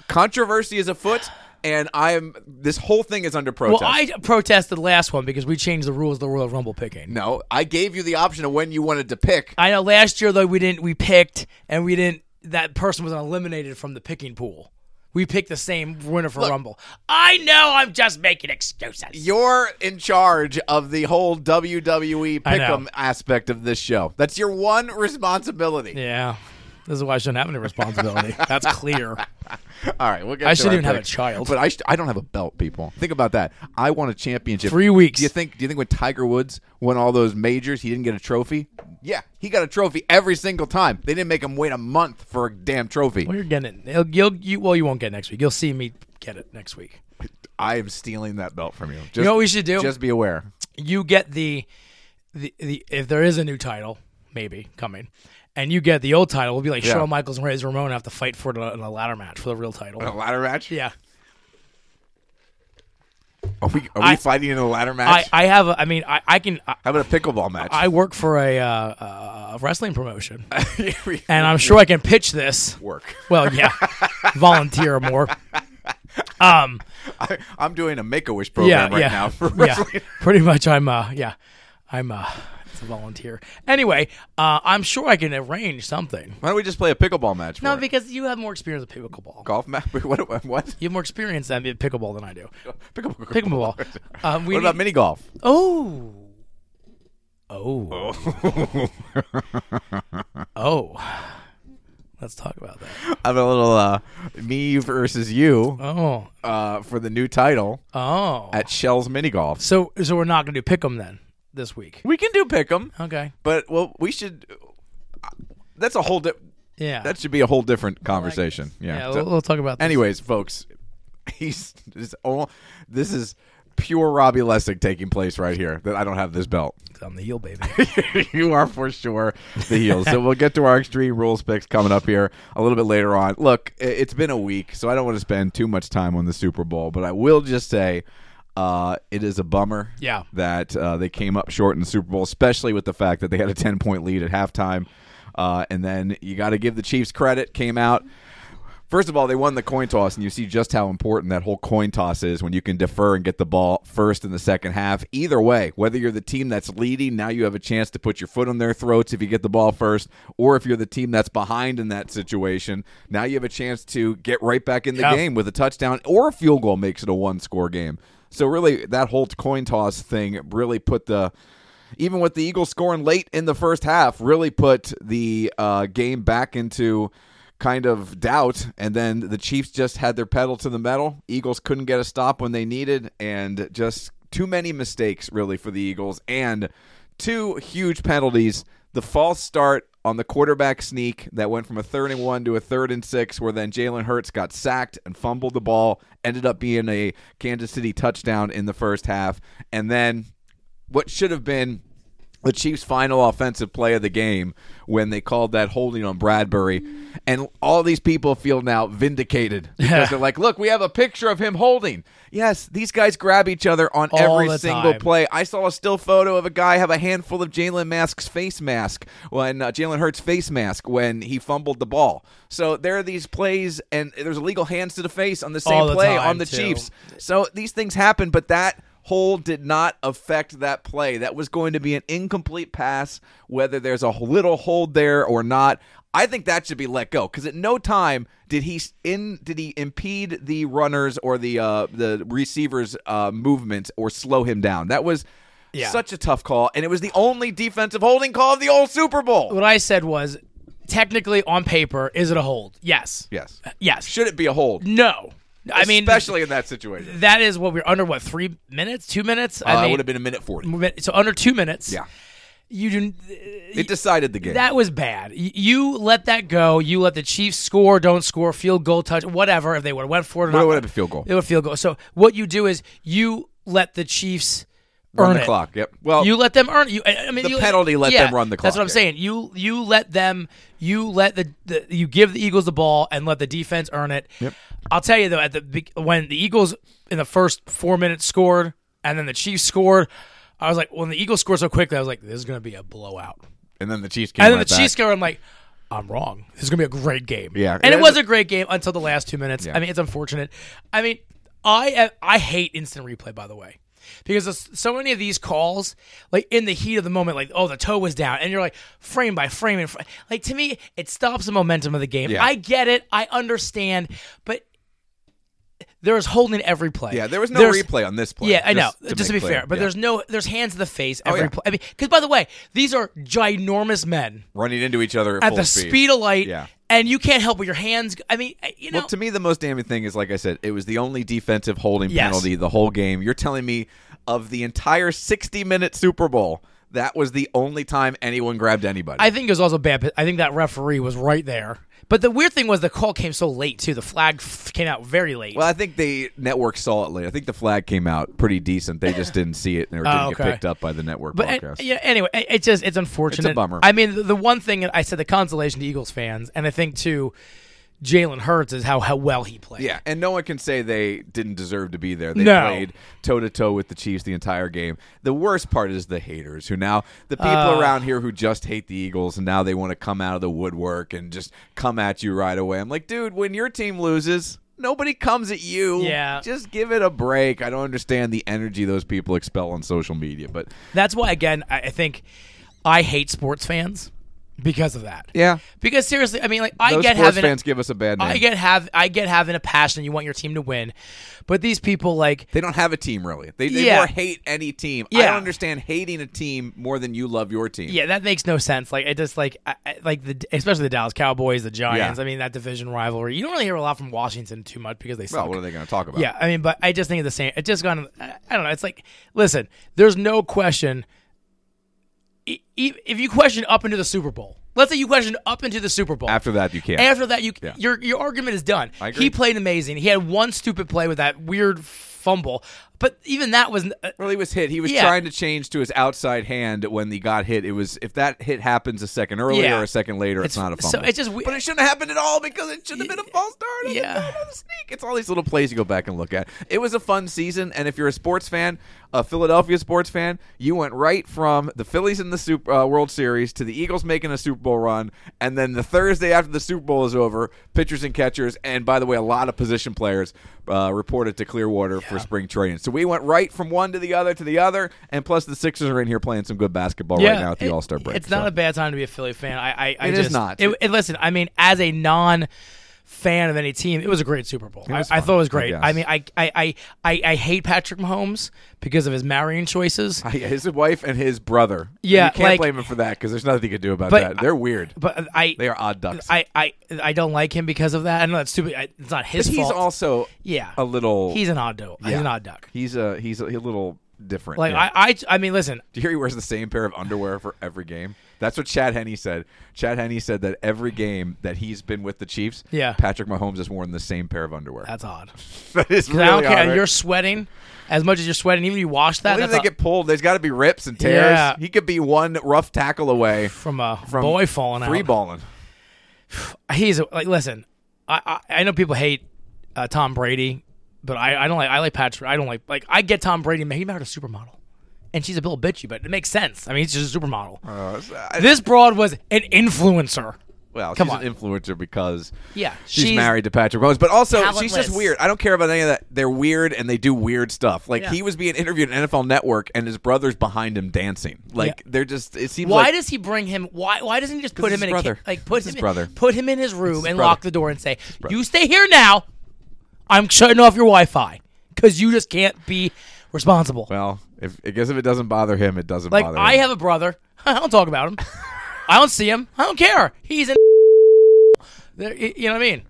[SPEAKER 1] controversy is afoot, and I'm this whole thing is under protest.
[SPEAKER 2] Well, I protested last one because we changed the rules of the Royal Rumble picking.
[SPEAKER 1] no, I gave you the option of when you wanted to pick.
[SPEAKER 2] I know last year though we didn't we picked and we didn't that person was eliminated from the picking pool. We picked the same winner for Rumble. I know I'm just making excuses.
[SPEAKER 1] You're in charge of the whole WWE
[SPEAKER 2] I know.
[SPEAKER 1] pick'em aspect of this show. That's your one responsibility.
[SPEAKER 2] yeah. This is why I shouldn't have any responsibility. <laughs> That's clear.
[SPEAKER 1] All right, we'll get.
[SPEAKER 2] I
[SPEAKER 1] to
[SPEAKER 2] shouldn't
[SPEAKER 1] our
[SPEAKER 2] even have a
[SPEAKER 1] picks.
[SPEAKER 2] child.
[SPEAKER 1] but I, sh- I don't have a belt. People, think about that. I won a championship.
[SPEAKER 2] Three weeks.
[SPEAKER 1] Do you think? Do you think when Tiger Woods won all those majors, he didn't get a trophy? Yeah, he got a trophy every single time. They didn't make him wait a month for a damn trophy.
[SPEAKER 2] Well, you're getting it. You'll, you'll, you, well, you won't get it next week. You'll see me get it next week.
[SPEAKER 1] I am stealing that belt from you. Just,
[SPEAKER 2] know what we should do?
[SPEAKER 1] Just be aware.
[SPEAKER 2] You get the, the, the if there is a new title, maybe coming, and you get the old title, we'll be like
[SPEAKER 1] Yeah.
[SPEAKER 2] Shawn Michaels and Razor Ramon have to fight for it in a, in a ladder match for the real title.
[SPEAKER 1] A ladder match?
[SPEAKER 2] Yeah.
[SPEAKER 1] Are we, are we
[SPEAKER 2] I-
[SPEAKER 1] fighting in a ladder
[SPEAKER 2] I,
[SPEAKER 1] match?
[SPEAKER 2] I have, a, I mean, I, I can, I,
[SPEAKER 1] How about a pickleball match?
[SPEAKER 2] I work for a, uh, uh, wrestling promotion,
[SPEAKER 1] <laughs> We-
[SPEAKER 2] and I'm sure I can pitch this.
[SPEAKER 1] work. <laughs>
[SPEAKER 2] Well, yeah, volunteer more.
[SPEAKER 1] I, I'm doing a Make a Wish
[SPEAKER 2] Yeah,
[SPEAKER 1] program right
[SPEAKER 2] yeah,
[SPEAKER 1] now for
[SPEAKER 2] <laughs> yeah.
[SPEAKER 1] wrestling.
[SPEAKER 2] Pretty much, I'm, uh, yeah, I'm, uh, it's a volunteer. Anyway, uh, I'm sure I can arrange something.
[SPEAKER 1] <laughs> Why don't we just play a pickleball match? For
[SPEAKER 2] No,
[SPEAKER 1] it?
[SPEAKER 2] because you have more experience with pickleball.
[SPEAKER 1] golf match. <laughs> What? What?
[SPEAKER 2] You have more experience at pickleball than I do.
[SPEAKER 1] Pickleball.
[SPEAKER 2] Pickleball.
[SPEAKER 1] <laughs>
[SPEAKER 2] Um, we
[SPEAKER 1] What about
[SPEAKER 2] need-
[SPEAKER 1] mini golf?
[SPEAKER 2] Oh. Oh. oh. Let's talk about that.
[SPEAKER 1] I have a little uh, me versus you
[SPEAKER 2] Oh.
[SPEAKER 1] uh, for the new title
[SPEAKER 2] Oh.
[SPEAKER 1] at Shell's Mini Golf.
[SPEAKER 2] so so we're not going to do pick 'em then this week.
[SPEAKER 1] We can do pick 'em,
[SPEAKER 2] Okay.
[SPEAKER 1] but well, we should. uh, That's a whole. Di-
[SPEAKER 2] Yeah.
[SPEAKER 1] that should be a whole different conversation. yeah.
[SPEAKER 2] yeah,
[SPEAKER 1] So-
[SPEAKER 2] we'll, we'll talk about this.
[SPEAKER 1] anyways, folks, <laughs> he's, he's all, this is pure Robbie Lessig taking place right here. That I don't have this belt.
[SPEAKER 2] on the heel baby. <laughs>
[SPEAKER 1] <laughs> you are for sure the heels. so we'll get to our extreme rules picks coming up here a little bit later on. Look, i- it's been a week, so I don't want to spend too much time on the Super Bowl, but I will just say. Uh, it is a bummer
[SPEAKER 2] Yeah.
[SPEAKER 1] that uh, they came up short in the Super Bowl, especially with the fact that they had a 10 point lead at halftime. Uh, and then you got to give the Chiefs credit, came out. First of all, they won the coin toss, and you see just how important that whole coin toss is when you can defer and get the ball first in the second half. Either way, whether you're the team that's leading, now you have a chance to put your foot on their throats if you get the ball first, or if you're the team that's behind in that situation, now you have a chance to get right back in the
[SPEAKER 2] Yeah.
[SPEAKER 1] game with a touchdown or a field goal makes it a one score game. So, really, that whole coin toss thing really put the even with the Eagles scoring late in the first half, really put the uh, game back into kind of doubt. And then the Chiefs just had their pedal to the metal. Eagles couldn't get a stop when they needed, and just too many mistakes really for the Eagles, and two huge penalties. The false start on the quarterback sneak that went from a third and one to a third and six, where then Jalen Hurts got sacked and fumbled the ball, ended up being a Kansas City touchdown in the first half. And then what should have been the Chiefs' final offensive play of the game when they called that holding on Bradbury, and all these people feel now
[SPEAKER 2] <laughs>
[SPEAKER 1] vindicated because they're like, "Look, we have a picture of him holding." Yes, these guys grab each other on
[SPEAKER 2] All
[SPEAKER 1] every
[SPEAKER 2] the
[SPEAKER 1] single
[SPEAKER 2] time.
[SPEAKER 1] play. I saw a still photo of a guy have a handful of Jalen Mask's face mask when uh, Jalen Hurts' face mask when he fumbled the ball. So there are these plays, and there's illegal hands to the face on the same
[SPEAKER 2] All the
[SPEAKER 1] play
[SPEAKER 2] time,
[SPEAKER 1] on the
[SPEAKER 2] too.
[SPEAKER 1] Chiefs. So these things happen, but that hole did not affect that play. That was going to be an incomplete pass, whether there's a little hold there or not. I think that should be let go because at no time did he s- in did he impede the runners or the uh, the receivers' uh, movements or slow him down. That was
[SPEAKER 2] Yeah.
[SPEAKER 1] such a tough call, and it was the only defensive holding call of the old Super Bowl.
[SPEAKER 2] What I said was, technically on paper, is it a hold? Yes.
[SPEAKER 1] Yes,
[SPEAKER 2] Yes.
[SPEAKER 1] should it be a hold?
[SPEAKER 2] No. I mean,
[SPEAKER 1] especially in that situation,
[SPEAKER 2] that is what we're under. What three minutes? Two minutes?
[SPEAKER 1] uh,
[SPEAKER 2] I
[SPEAKER 1] it
[SPEAKER 2] mean,
[SPEAKER 1] would have been a minute forty.
[SPEAKER 2] so under two minutes.
[SPEAKER 1] Yeah,
[SPEAKER 2] You do.
[SPEAKER 1] it decided the game.
[SPEAKER 2] That was bad. Y- You let that go. You let the Chiefs score, don't score, field goal, touch, whatever. If they would have went for it, or
[SPEAKER 1] Well, it
[SPEAKER 2] not,
[SPEAKER 1] would've been field goal.
[SPEAKER 2] It would field goal. So what you do is you let the Chiefs
[SPEAKER 1] Run
[SPEAKER 2] earn
[SPEAKER 1] the
[SPEAKER 2] it.
[SPEAKER 1] clock. Yep. Well,
[SPEAKER 2] you let them earn. You, I I mean,
[SPEAKER 1] The
[SPEAKER 2] you-
[SPEAKER 1] penalty let
[SPEAKER 2] yeah,
[SPEAKER 1] them run the
[SPEAKER 2] That's
[SPEAKER 1] clock,
[SPEAKER 2] what I'm
[SPEAKER 1] yeah.
[SPEAKER 2] saying. You you let them. You let the, the you give the Eagles the ball and let the defense earn it. Yep. I'll tell you though, at the be- when the Eagles in the first four minutes scored, and then the Chiefs scored. I was like, when the Eagles scored so quickly, I was like, this is going to be a blowout.
[SPEAKER 1] and then the Chiefs came.
[SPEAKER 2] And then
[SPEAKER 1] right
[SPEAKER 2] the Chiefs
[SPEAKER 1] back.
[SPEAKER 2] go, I'm like, I'm wrong. This is gonna be a great game.
[SPEAKER 1] Yeah.
[SPEAKER 2] and
[SPEAKER 1] Yeah,
[SPEAKER 2] it was
[SPEAKER 1] the-
[SPEAKER 2] a great game until the last two minutes. I mean, it's unfortunate. I mean, I I hate instant replay, by the way, because it's- so many of these calls, like in the heat of the moment, like oh the toe was down, and you're like frame by frame, and fr- like to me, it stops the momentum of the game.
[SPEAKER 1] Yeah.
[SPEAKER 2] I get it, I understand, but there is holding every play.
[SPEAKER 1] Yeah, there was no
[SPEAKER 2] There's-
[SPEAKER 1] replay on this play.
[SPEAKER 2] yeah, I know.
[SPEAKER 1] to
[SPEAKER 2] Just to,
[SPEAKER 1] make
[SPEAKER 2] be
[SPEAKER 1] clear.
[SPEAKER 2] fair, but
[SPEAKER 1] Yeah. Oh,
[SPEAKER 2] there's no there's hands to the face every
[SPEAKER 1] yeah.
[SPEAKER 2] play. I mean, because by the way, these are ginormous men
[SPEAKER 1] running into each other at,
[SPEAKER 2] at
[SPEAKER 1] full
[SPEAKER 2] the speed.
[SPEAKER 1] speed.
[SPEAKER 2] of light,
[SPEAKER 1] Yeah.
[SPEAKER 2] and you can't help with your hands. I mean, I- you know,
[SPEAKER 1] Well, to me, the most damning thing is, like I said, it was the only defensive holding
[SPEAKER 2] Yes.
[SPEAKER 1] penalty the whole game. You're telling me of the entire 60 minute Super Bowl, that was the only time anyone grabbed anybody.
[SPEAKER 2] I think it was also bad. but I think that referee was right there. But the weird thing was the call came so late too. The flag f- came out very late.
[SPEAKER 1] well, I think the network saw it later. I think the flag came out pretty decent. They
[SPEAKER 2] <laughs>
[SPEAKER 1] just didn't see it and it didn't get
[SPEAKER 2] Oh, okay.
[SPEAKER 1] picked up by the network
[SPEAKER 2] but
[SPEAKER 1] broadcast.
[SPEAKER 2] uh, yeah, anyway, it- it's just it's unfortunate.
[SPEAKER 1] bummer.
[SPEAKER 2] I mean, the, the one thing I said the consolation to Eagles fans, and I think too, Jalen Hurts is how how well he played.
[SPEAKER 1] Yeah, and no one can say they didn't deserve to be there. They
[SPEAKER 2] No.
[SPEAKER 1] played toe to toe with the Chiefs the entire game. The worst part is the haters who now the people around here who just hate the Eagles and now they want to come out of the woodwork and just come at you right away. I'm like, dude, when your team loses, nobody comes at you.
[SPEAKER 2] Yeah.
[SPEAKER 1] just give it a break. I don't understand the energy those people expel on social media, but
[SPEAKER 2] That's why, again, I, I think I hate sports fans because of that.
[SPEAKER 1] yeah,
[SPEAKER 2] Because seriously, I mean, like I
[SPEAKER 1] those
[SPEAKER 2] get
[SPEAKER 1] sports
[SPEAKER 2] having
[SPEAKER 1] fans give us a bad name.
[SPEAKER 2] I get have I get having a passion. You want your team to win, but these people like
[SPEAKER 1] They don't have a team really. They, they
[SPEAKER 2] Yeah.
[SPEAKER 1] more hate any team. I
[SPEAKER 2] Yeah.
[SPEAKER 1] don't understand hating a team more than you love your team.
[SPEAKER 2] yeah, that makes no sense. Like it just like I, I- like the especially the Dallas Cowboys, the Giants.
[SPEAKER 1] Yeah.
[SPEAKER 2] I mean that division rivalry. You don't really hear a lot from Washington too much because they suck.
[SPEAKER 1] Well, what are they going to talk about?
[SPEAKER 2] yeah, I mean, but I just think of the same. It just gone. I I don't know. It's like listen, there's no question. e- e- If you question up into the Super Bowl, let's say you question up into the Super Bowl.
[SPEAKER 1] After that, you can't.
[SPEAKER 2] After that, you
[SPEAKER 1] Yeah.
[SPEAKER 2] your your argument is done.
[SPEAKER 1] I agree.
[SPEAKER 2] He played amazing. He had one stupid play with that weird fumble, but even that was uh,
[SPEAKER 1] well, he was hit. He was
[SPEAKER 2] Yeah.
[SPEAKER 1] trying to change to his outside hand when he got hit. It was if that hit happens a second earlier
[SPEAKER 2] Yeah.
[SPEAKER 1] or a second later, it's, not a fumble.
[SPEAKER 2] so it's just we-
[SPEAKER 1] but it shouldn't have happened at all because it shouldn't have been a false start. on the
[SPEAKER 2] Yeah.
[SPEAKER 1] down on the sneak. It's all these little plays you go back and look at. It was a fun season, and if you're a sports fan, a Philadelphia sports fan, you went right from the Phillies in the Super uh, World Series to the Eagles making a Super Bowl run, and then the Thursday after the Super Bowl is over, pitchers and catchers, and by the way, a lot of position players uh, reported to Clearwater for spring training. So we went right from one to the other to the other, and plus the Sixers are in here playing some good basketball right now at the
[SPEAKER 2] it-
[SPEAKER 1] All Star break.
[SPEAKER 2] It's not
[SPEAKER 1] so.
[SPEAKER 2] a bad time to be a Philly fan. I, I, I
[SPEAKER 1] It is
[SPEAKER 2] just,
[SPEAKER 1] not.
[SPEAKER 2] It, it- listen, I mean, as a non fan of any team, it was a great Super Bowl. I, I thought it was great.
[SPEAKER 1] guess.
[SPEAKER 2] I, mean, I, I, I, I, I hate Patrick Mahomes because of his marrying choices.
[SPEAKER 1] Yeah, his wife and his brother.
[SPEAKER 2] Yeah,
[SPEAKER 1] you can't
[SPEAKER 2] like-
[SPEAKER 1] blame him for that because there's nothing you can do about
[SPEAKER 2] But
[SPEAKER 1] that. They're weird.
[SPEAKER 2] But I,
[SPEAKER 1] They are odd ducks.
[SPEAKER 2] I, I, I don't like him because of that. I know that's stupid. I, it's not his
[SPEAKER 1] But he's
[SPEAKER 2] fault.
[SPEAKER 1] also
[SPEAKER 2] yeah,
[SPEAKER 1] a little.
[SPEAKER 2] He's an odd duck. He's an odd duck.
[SPEAKER 1] He's a he's a, a little different.
[SPEAKER 2] Like
[SPEAKER 1] yeah.
[SPEAKER 2] I, I, I mean, listen,
[SPEAKER 1] do you hear he wears the same pair of underwear for every game? That's what Chad Henney said. Chad Henney said that every game that he's been with the Chiefs,
[SPEAKER 2] Yeah.
[SPEAKER 1] Patrick Mahomes has worn the same pair of underwear.
[SPEAKER 2] That's odd.
[SPEAKER 1] <laughs> that is
[SPEAKER 2] 'Cause
[SPEAKER 1] really
[SPEAKER 2] I don't care.
[SPEAKER 1] odd, "Oh right?
[SPEAKER 2] You're sweating as much as you're sweating. Even if you wash that,
[SPEAKER 1] Well, even
[SPEAKER 2] that's
[SPEAKER 1] they
[SPEAKER 2] a-
[SPEAKER 1] get pulled. There's got to be rips and tears.
[SPEAKER 2] Yeah.
[SPEAKER 1] He could be one rough tackle away
[SPEAKER 2] from a
[SPEAKER 1] from
[SPEAKER 2] boy falling
[SPEAKER 1] free
[SPEAKER 2] out.
[SPEAKER 1] balling.
[SPEAKER 2] He's a, like, listen. I, I I know people hate uh, Tom Brady, but I, I don't like. I like Patrick. I don't like. Like I get Tom Brady. He married a supermodel, and she's a little bitchy, but it makes sense. I mean, he's just a supermodel.
[SPEAKER 1] Oh,
[SPEAKER 2] this broad was an influencer.
[SPEAKER 1] Well,
[SPEAKER 2] Come
[SPEAKER 1] she's
[SPEAKER 2] on.
[SPEAKER 1] an influencer because
[SPEAKER 2] Yeah,
[SPEAKER 1] she's,
[SPEAKER 2] she's-
[SPEAKER 1] married to Patrick Mahomes, but also she's just
[SPEAKER 2] Talentless.
[SPEAKER 1] weird. I don't care about any of that. They're weird and they do weird stuff. Like
[SPEAKER 2] Yeah.
[SPEAKER 1] he was being interviewed at NFL Network and his brother's behind him dancing. Like they're just. It seems
[SPEAKER 2] Why
[SPEAKER 1] like
[SPEAKER 2] does he bring him? Why Why doesn't he just put
[SPEAKER 1] it's
[SPEAKER 2] him in
[SPEAKER 1] his
[SPEAKER 2] a ca-
[SPEAKER 1] brother.
[SPEAKER 2] like put
[SPEAKER 1] It's his
[SPEAKER 2] him in,
[SPEAKER 1] brother.
[SPEAKER 2] put him in his room
[SPEAKER 1] his
[SPEAKER 2] and
[SPEAKER 1] brother.
[SPEAKER 2] lock the door and say, "You stay here now. I'm shutting off your Wi-Fi because you just can't be responsible."
[SPEAKER 1] well, if I guess if it doesn't bother him, it doesn't
[SPEAKER 2] like
[SPEAKER 1] bother.
[SPEAKER 2] I
[SPEAKER 1] him.
[SPEAKER 2] have a brother. <laughs> I don't talk about him. I don't see him. I don't care. He's in. <laughs> There- y- You know what I mean?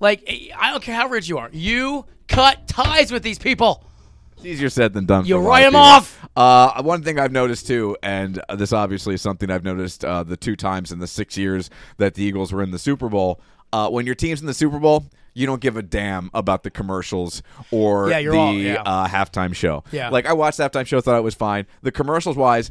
[SPEAKER 2] Like I don't care how rich you are. You cut ties with these people.
[SPEAKER 1] It's easier said than done.
[SPEAKER 2] You
[SPEAKER 1] for a lot
[SPEAKER 2] write
[SPEAKER 1] of
[SPEAKER 2] 'em
[SPEAKER 1] people. Uh, one thing I've noticed too, and this obviously is something I've noticed uh, the two times in the six years that the Eagles were in the Super Bowl. Uh, when your team's in the Super Bowl, you don't give a damn about the commercials or
[SPEAKER 2] Yeah, you're
[SPEAKER 1] the
[SPEAKER 2] all- yeah.
[SPEAKER 1] uh, halftime show.
[SPEAKER 2] Yeah.
[SPEAKER 1] like I watched the halftime show, thought it was fine. The commercials wise.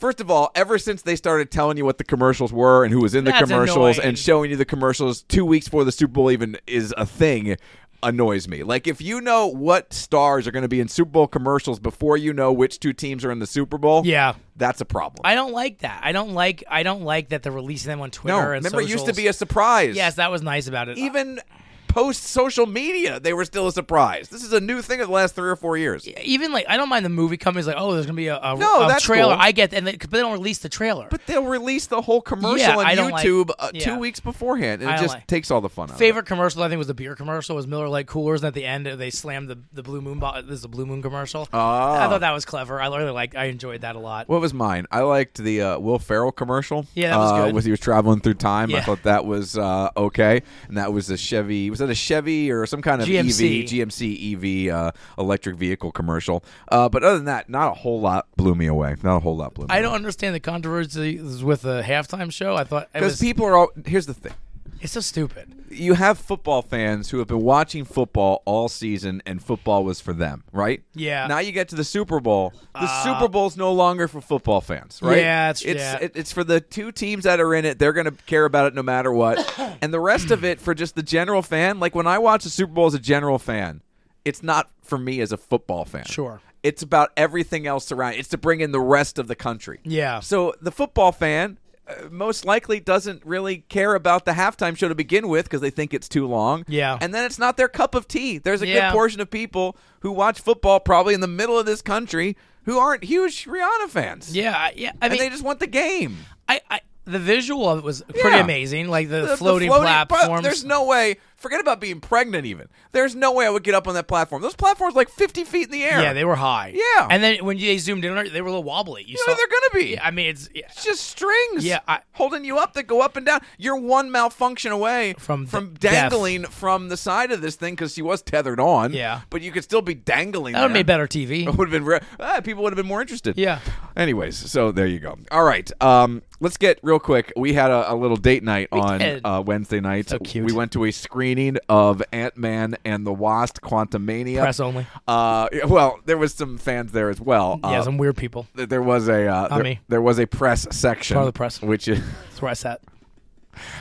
[SPEAKER 1] First of all, ever since they started telling you what the commercials were and who was in the
[SPEAKER 2] That's
[SPEAKER 1] commercials
[SPEAKER 2] annoying.
[SPEAKER 1] and showing you the commercials two weeks before the Super Bowl even is a thing annoys me. Like if you know what stars are going to be in Super Bowl commercials before you know which two teams are in the Super Bowl,
[SPEAKER 2] Yeah.
[SPEAKER 1] that's a problem.
[SPEAKER 2] I don't like that. I don't like. I don't like that they're releasing them on Twitter.
[SPEAKER 1] no,
[SPEAKER 2] and
[SPEAKER 1] remember it used to
[SPEAKER 2] socials.
[SPEAKER 1] be a surprise.
[SPEAKER 2] Yes, that was nice about it.
[SPEAKER 1] even post social media, they were still a surprise. This is a new thing of the last three or four years.
[SPEAKER 2] even like I don't mind the movie companies like oh there's gonna be a, a,
[SPEAKER 1] No,
[SPEAKER 2] a
[SPEAKER 1] that's
[SPEAKER 2] trailer
[SPEAKER 1] cool.
[SPEAKER 2] I get and they, but they don't release the trailer.
[SPEAKER 1] But they'll release the whole commercial
[SPEAKER 2] Yeah,
[SPEAKER 1] on
[SPEAKER 2] I don't like-
[SPEAKER 1] YouTube uh,
[SPEAKER 2] yeah.
[SPEAKER 1] two weeks beforehand, and
[SPEAKER 2] I
[SPEAKER 1] it
[SPEAKER 2] don't
[SPEAKER 1] just
[SPEAKER 2] like-
[SPEAKER 1] takes all the fun out. of it.
[SPEAKER 2] Favorite commercial I think was the beer commercial was Miller Lite coolers and at the end they slammed the, the Blue Moon bo- this is the Blue Moon commercial.
[SPEAKER 1] Ah.
[SPEAKER 2] I thought that was clever. I really like I enjoyed that a lot.
[SPEAKER 1] What was mine? I liked the uh, Will Ferrell commercial.
[SPEAKER 2] Yeah, that was
[SPEAKER 1] uh,
[SPEAKER 2] good.
[SPEAKER 1] Was he was traveling through time? I
[SPEAKER 2] Yeah.
[SPEAKER 1] thought that was uh, okay, and that was a Chevy. Was that a Chevy or some kind of E
[SPEAKER 2] GMC.
[SPEAKER 1] EV, GMC EV uh, electric vehicle commercial? Uh, but other than that, not a whole lot blew me away. Not a whole lot blew me.
[SPEAKER 2] I don't understand the controversies with the halftime show. I thought it
[SPEAKER 1] because
[SPEAKER 2] was,
[SPEAKER 1] people are all. Here's the thing.
[SPEAKER 2] it's so stupid.
[SPEAKER 1] you have football fans who have been watching football all season and football was for them, right?
[SPEAKER 2] Yeah. Uh,
[SPEAKER 1] Now you get to the Super Bowl. The Super Bowl's no longer for football fans, right?
[SPEAKER 2] Yeah, it's-
[SPEAKER 1] it's
[SPEAKER 2] yeah.
[SPEAKER 1] It, it's for the two teams that are in it. They're going to care about it no matter
[SPEAKER 2] <coughs>
[SPEAKER 1] what. and the rest of it for just the general fan, like when I watch the Super Bowl as a general fan, it's not for me as a football fan.
[SPEAKER 2] Sure.
[SPEAKER 1] It's about everything else surrounding. It's to bring in the rest of the country.
[SPEAKER 2] Yeah.
[SPEAKER 1] So the football fan uh, most likely doesn't really care about the halftime show to begin with because they think it's too long.
[SPEAKER 2] Yeah.
[SPEAKER 1] And then it's not their cup of tea. There's a
[SPEAKER 2] Yeah.
[SPEAKER 1] good portion of people who watch football probably in the middle of this country who aren't huge Rihanna fans.
[SPEAKER 2] Yeah, I- yeah. I
[SPEAKER 1] And
[SPEAKER 2] mean,
[SPEAKER 1] they just want the game.
[SPEAKER 2] I, I the visual of it was pretty
[SPEAKER 1] Yeah.
[SPEAKER 2] amazing. Like the,
[SPEAKER 1] The- the
[SPEAKER 2] floating,
[SPEAKER 1] pro-
[SPEAKER 2] platforms.
[SPEAKER 1] There's no way. Forget about being pregnant. Even there's no way I would get up on that platform. Those platforms like 50 feet in the air.
[SPEAKER 2] yeah, they were high.
[SPEAKER 1] Yeah.
[SPEAKER 2] and then when they zoomed in, on it, they were a little wobbly. You
[SPEAKER 1] You
[SPEAKER 2] saw
[SPEAKER 1] know they're gonna be.
[SPEAKER 2] Yeah, I mean, it's yeah.
[SPEAKER 1] It's just strings.
[SPEAKER 2] Yeah, I-
[SPEAKER 1] holding you up that go up and down. You're one malfunction away
[SPEAKER 2] From
[SPEAKER 1] from
[SPEAKER 2] de- death.
[SPEAKER 1] dangling from the side of this thing because she was tethered on.
[SPEAKER 2] Yeah.
[SPEAKER 1] but you could still be dangling.
[SPEAKER 2] that would have
[SPEAKER 1] there.
[SPEAKER 2] made better
[SPEAKER 1] <laughs>
[SPEAKER 2] TV.
[SPEAKER 1] It would have been re- ah, people would have been more interested.
[SPEAKER 2] Yeah.
[SPEAKER 1] Anyways, so there you go. All right. Um, let's get real quick. We had a, a little date night on
[SPEAKER 2] did.
[SPEAKER 1] uh, Wednesday night.
[SPEAKER 2] So cute.
[SPEAKER 1] We went to a screening of Ant Man and the Wasp: Quantumania.
[SPEAKER 2] Press only.
[SPEAKER 1] Uh, yeah, well, there was some fans there as well.
[SPEAKER 2] yeah,
[SPEAKER 1] Uh,
[SPEAKER 2] some weird people.
[SPEAKER 1] th- there was a uh,
[SPEAKER 2] Not
[SPEAKER 1] there,
[SPEAKER 2] me.
[SPEAKER 1] there was a press section.
[SPEAKER 2] Part of the press.
[SPEAKER 1] Which is <laughs>
[SPEAKER 2] That's where I sat.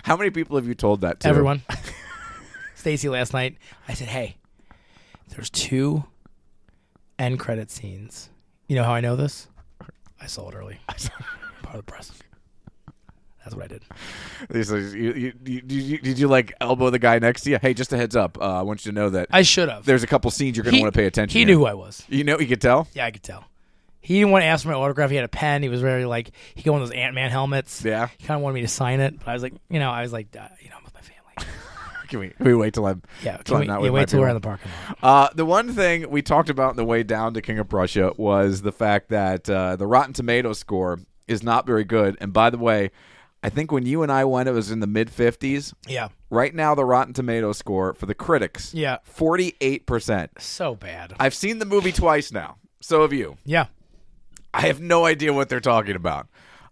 [SPEAKER 1] how many people have you told that to? <laughs>
[SPEAKER 2] Everyone. Stacy last night, I said, "Hey, there's two end credit scenes. You know how I know this? I saw it early. Part of the press. That's what I did.
[SPEAKER 1] This is- you- you- you- did you- did you like elbow the guy next to you? Hey, just a heads up. Uh, I want you to know that
[SPEAKER 2] I should have.
[SPEAKER 1] there's a couple scenes you're going to want to pay attention.
[SPEAKER 2] He
[SPEAKER 1] in.
[SPEAKER 2] knew who I was.
[SPEAKER 1] You know, you could tell. <laughs>
[SPEAKER 2] Yeah, I could tell. He didn't want to ask for my autograph. He had a pen. He was very like he got one of those Ant Man helmets.
[SPEAKER 1] Yeah.
[SPEAKER 2] He kind of wanted me to sign it, but I was like, you know, I was like, uh, you know, I'm with my
[SPEAKER 1] <laughs>
[SPEAKER 2] family.
[SPEAKER 1] Can we, can we wait till I'm
[SPEAKER 2] Yeah.
[SPEAKER 1] till
[SPEAKER 2] Can
[SPEAKER 1] I'm
[SPEAKER 2] we,
[SPEAKER 1] not
[SPEAKER 2] yeah,
[SPEAKER 1] with my
[SPEAKER 2] wait till we're in
[SPEAKER 1] people?
[SPEAKER 2] the parking lot.
[SPEAKER 1] Uh, the one thing we talked about on the way down to King of Prussia was the fact that uh, the Rotten Tomato score is not very good. And by the way, I think when you and I went, it was in the mid 50s.
[SPEAKER 2] Yeah.
[SPEAKER 1] Right now, the Rotten Tomato score for the critics,
[SPEAKER 2] Yeah.
[SPEAKER 1] 48%.
[SPEAKER 2] So bad.
[SPEAKER 1] I've seen the movie twice now. So have you.
[SPEAKER 2] yeah.
[SPEAKER 1] I have no idea what they're talking about.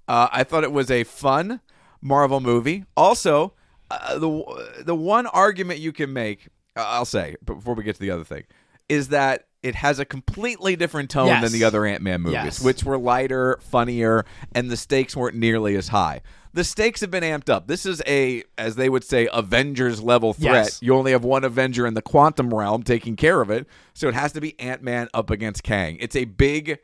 [SPEAKER 1] Uh, I thought it was a fun Marvel movie. Also, uh, the the one argument you can make, uh, I'll say before we get to the other thing, is that it has a completely different tone
[SPEAKER 2] Yes.
[SPEAKER 1] than the other Ant Man movies,
[SPEAKER 2] Yes.
[SPEAKER 1] which were lighter, funnier, and the stakes weren't nearly as high. The stakes have been amped up. This is a, as they would say, Avengers level threat.
[SPEAKER 2] Yes.
[SPEAKER 1] You only have one Avenger in the quantum realm taking care of it, so it has to be Ant Man up against Kang. It's a big,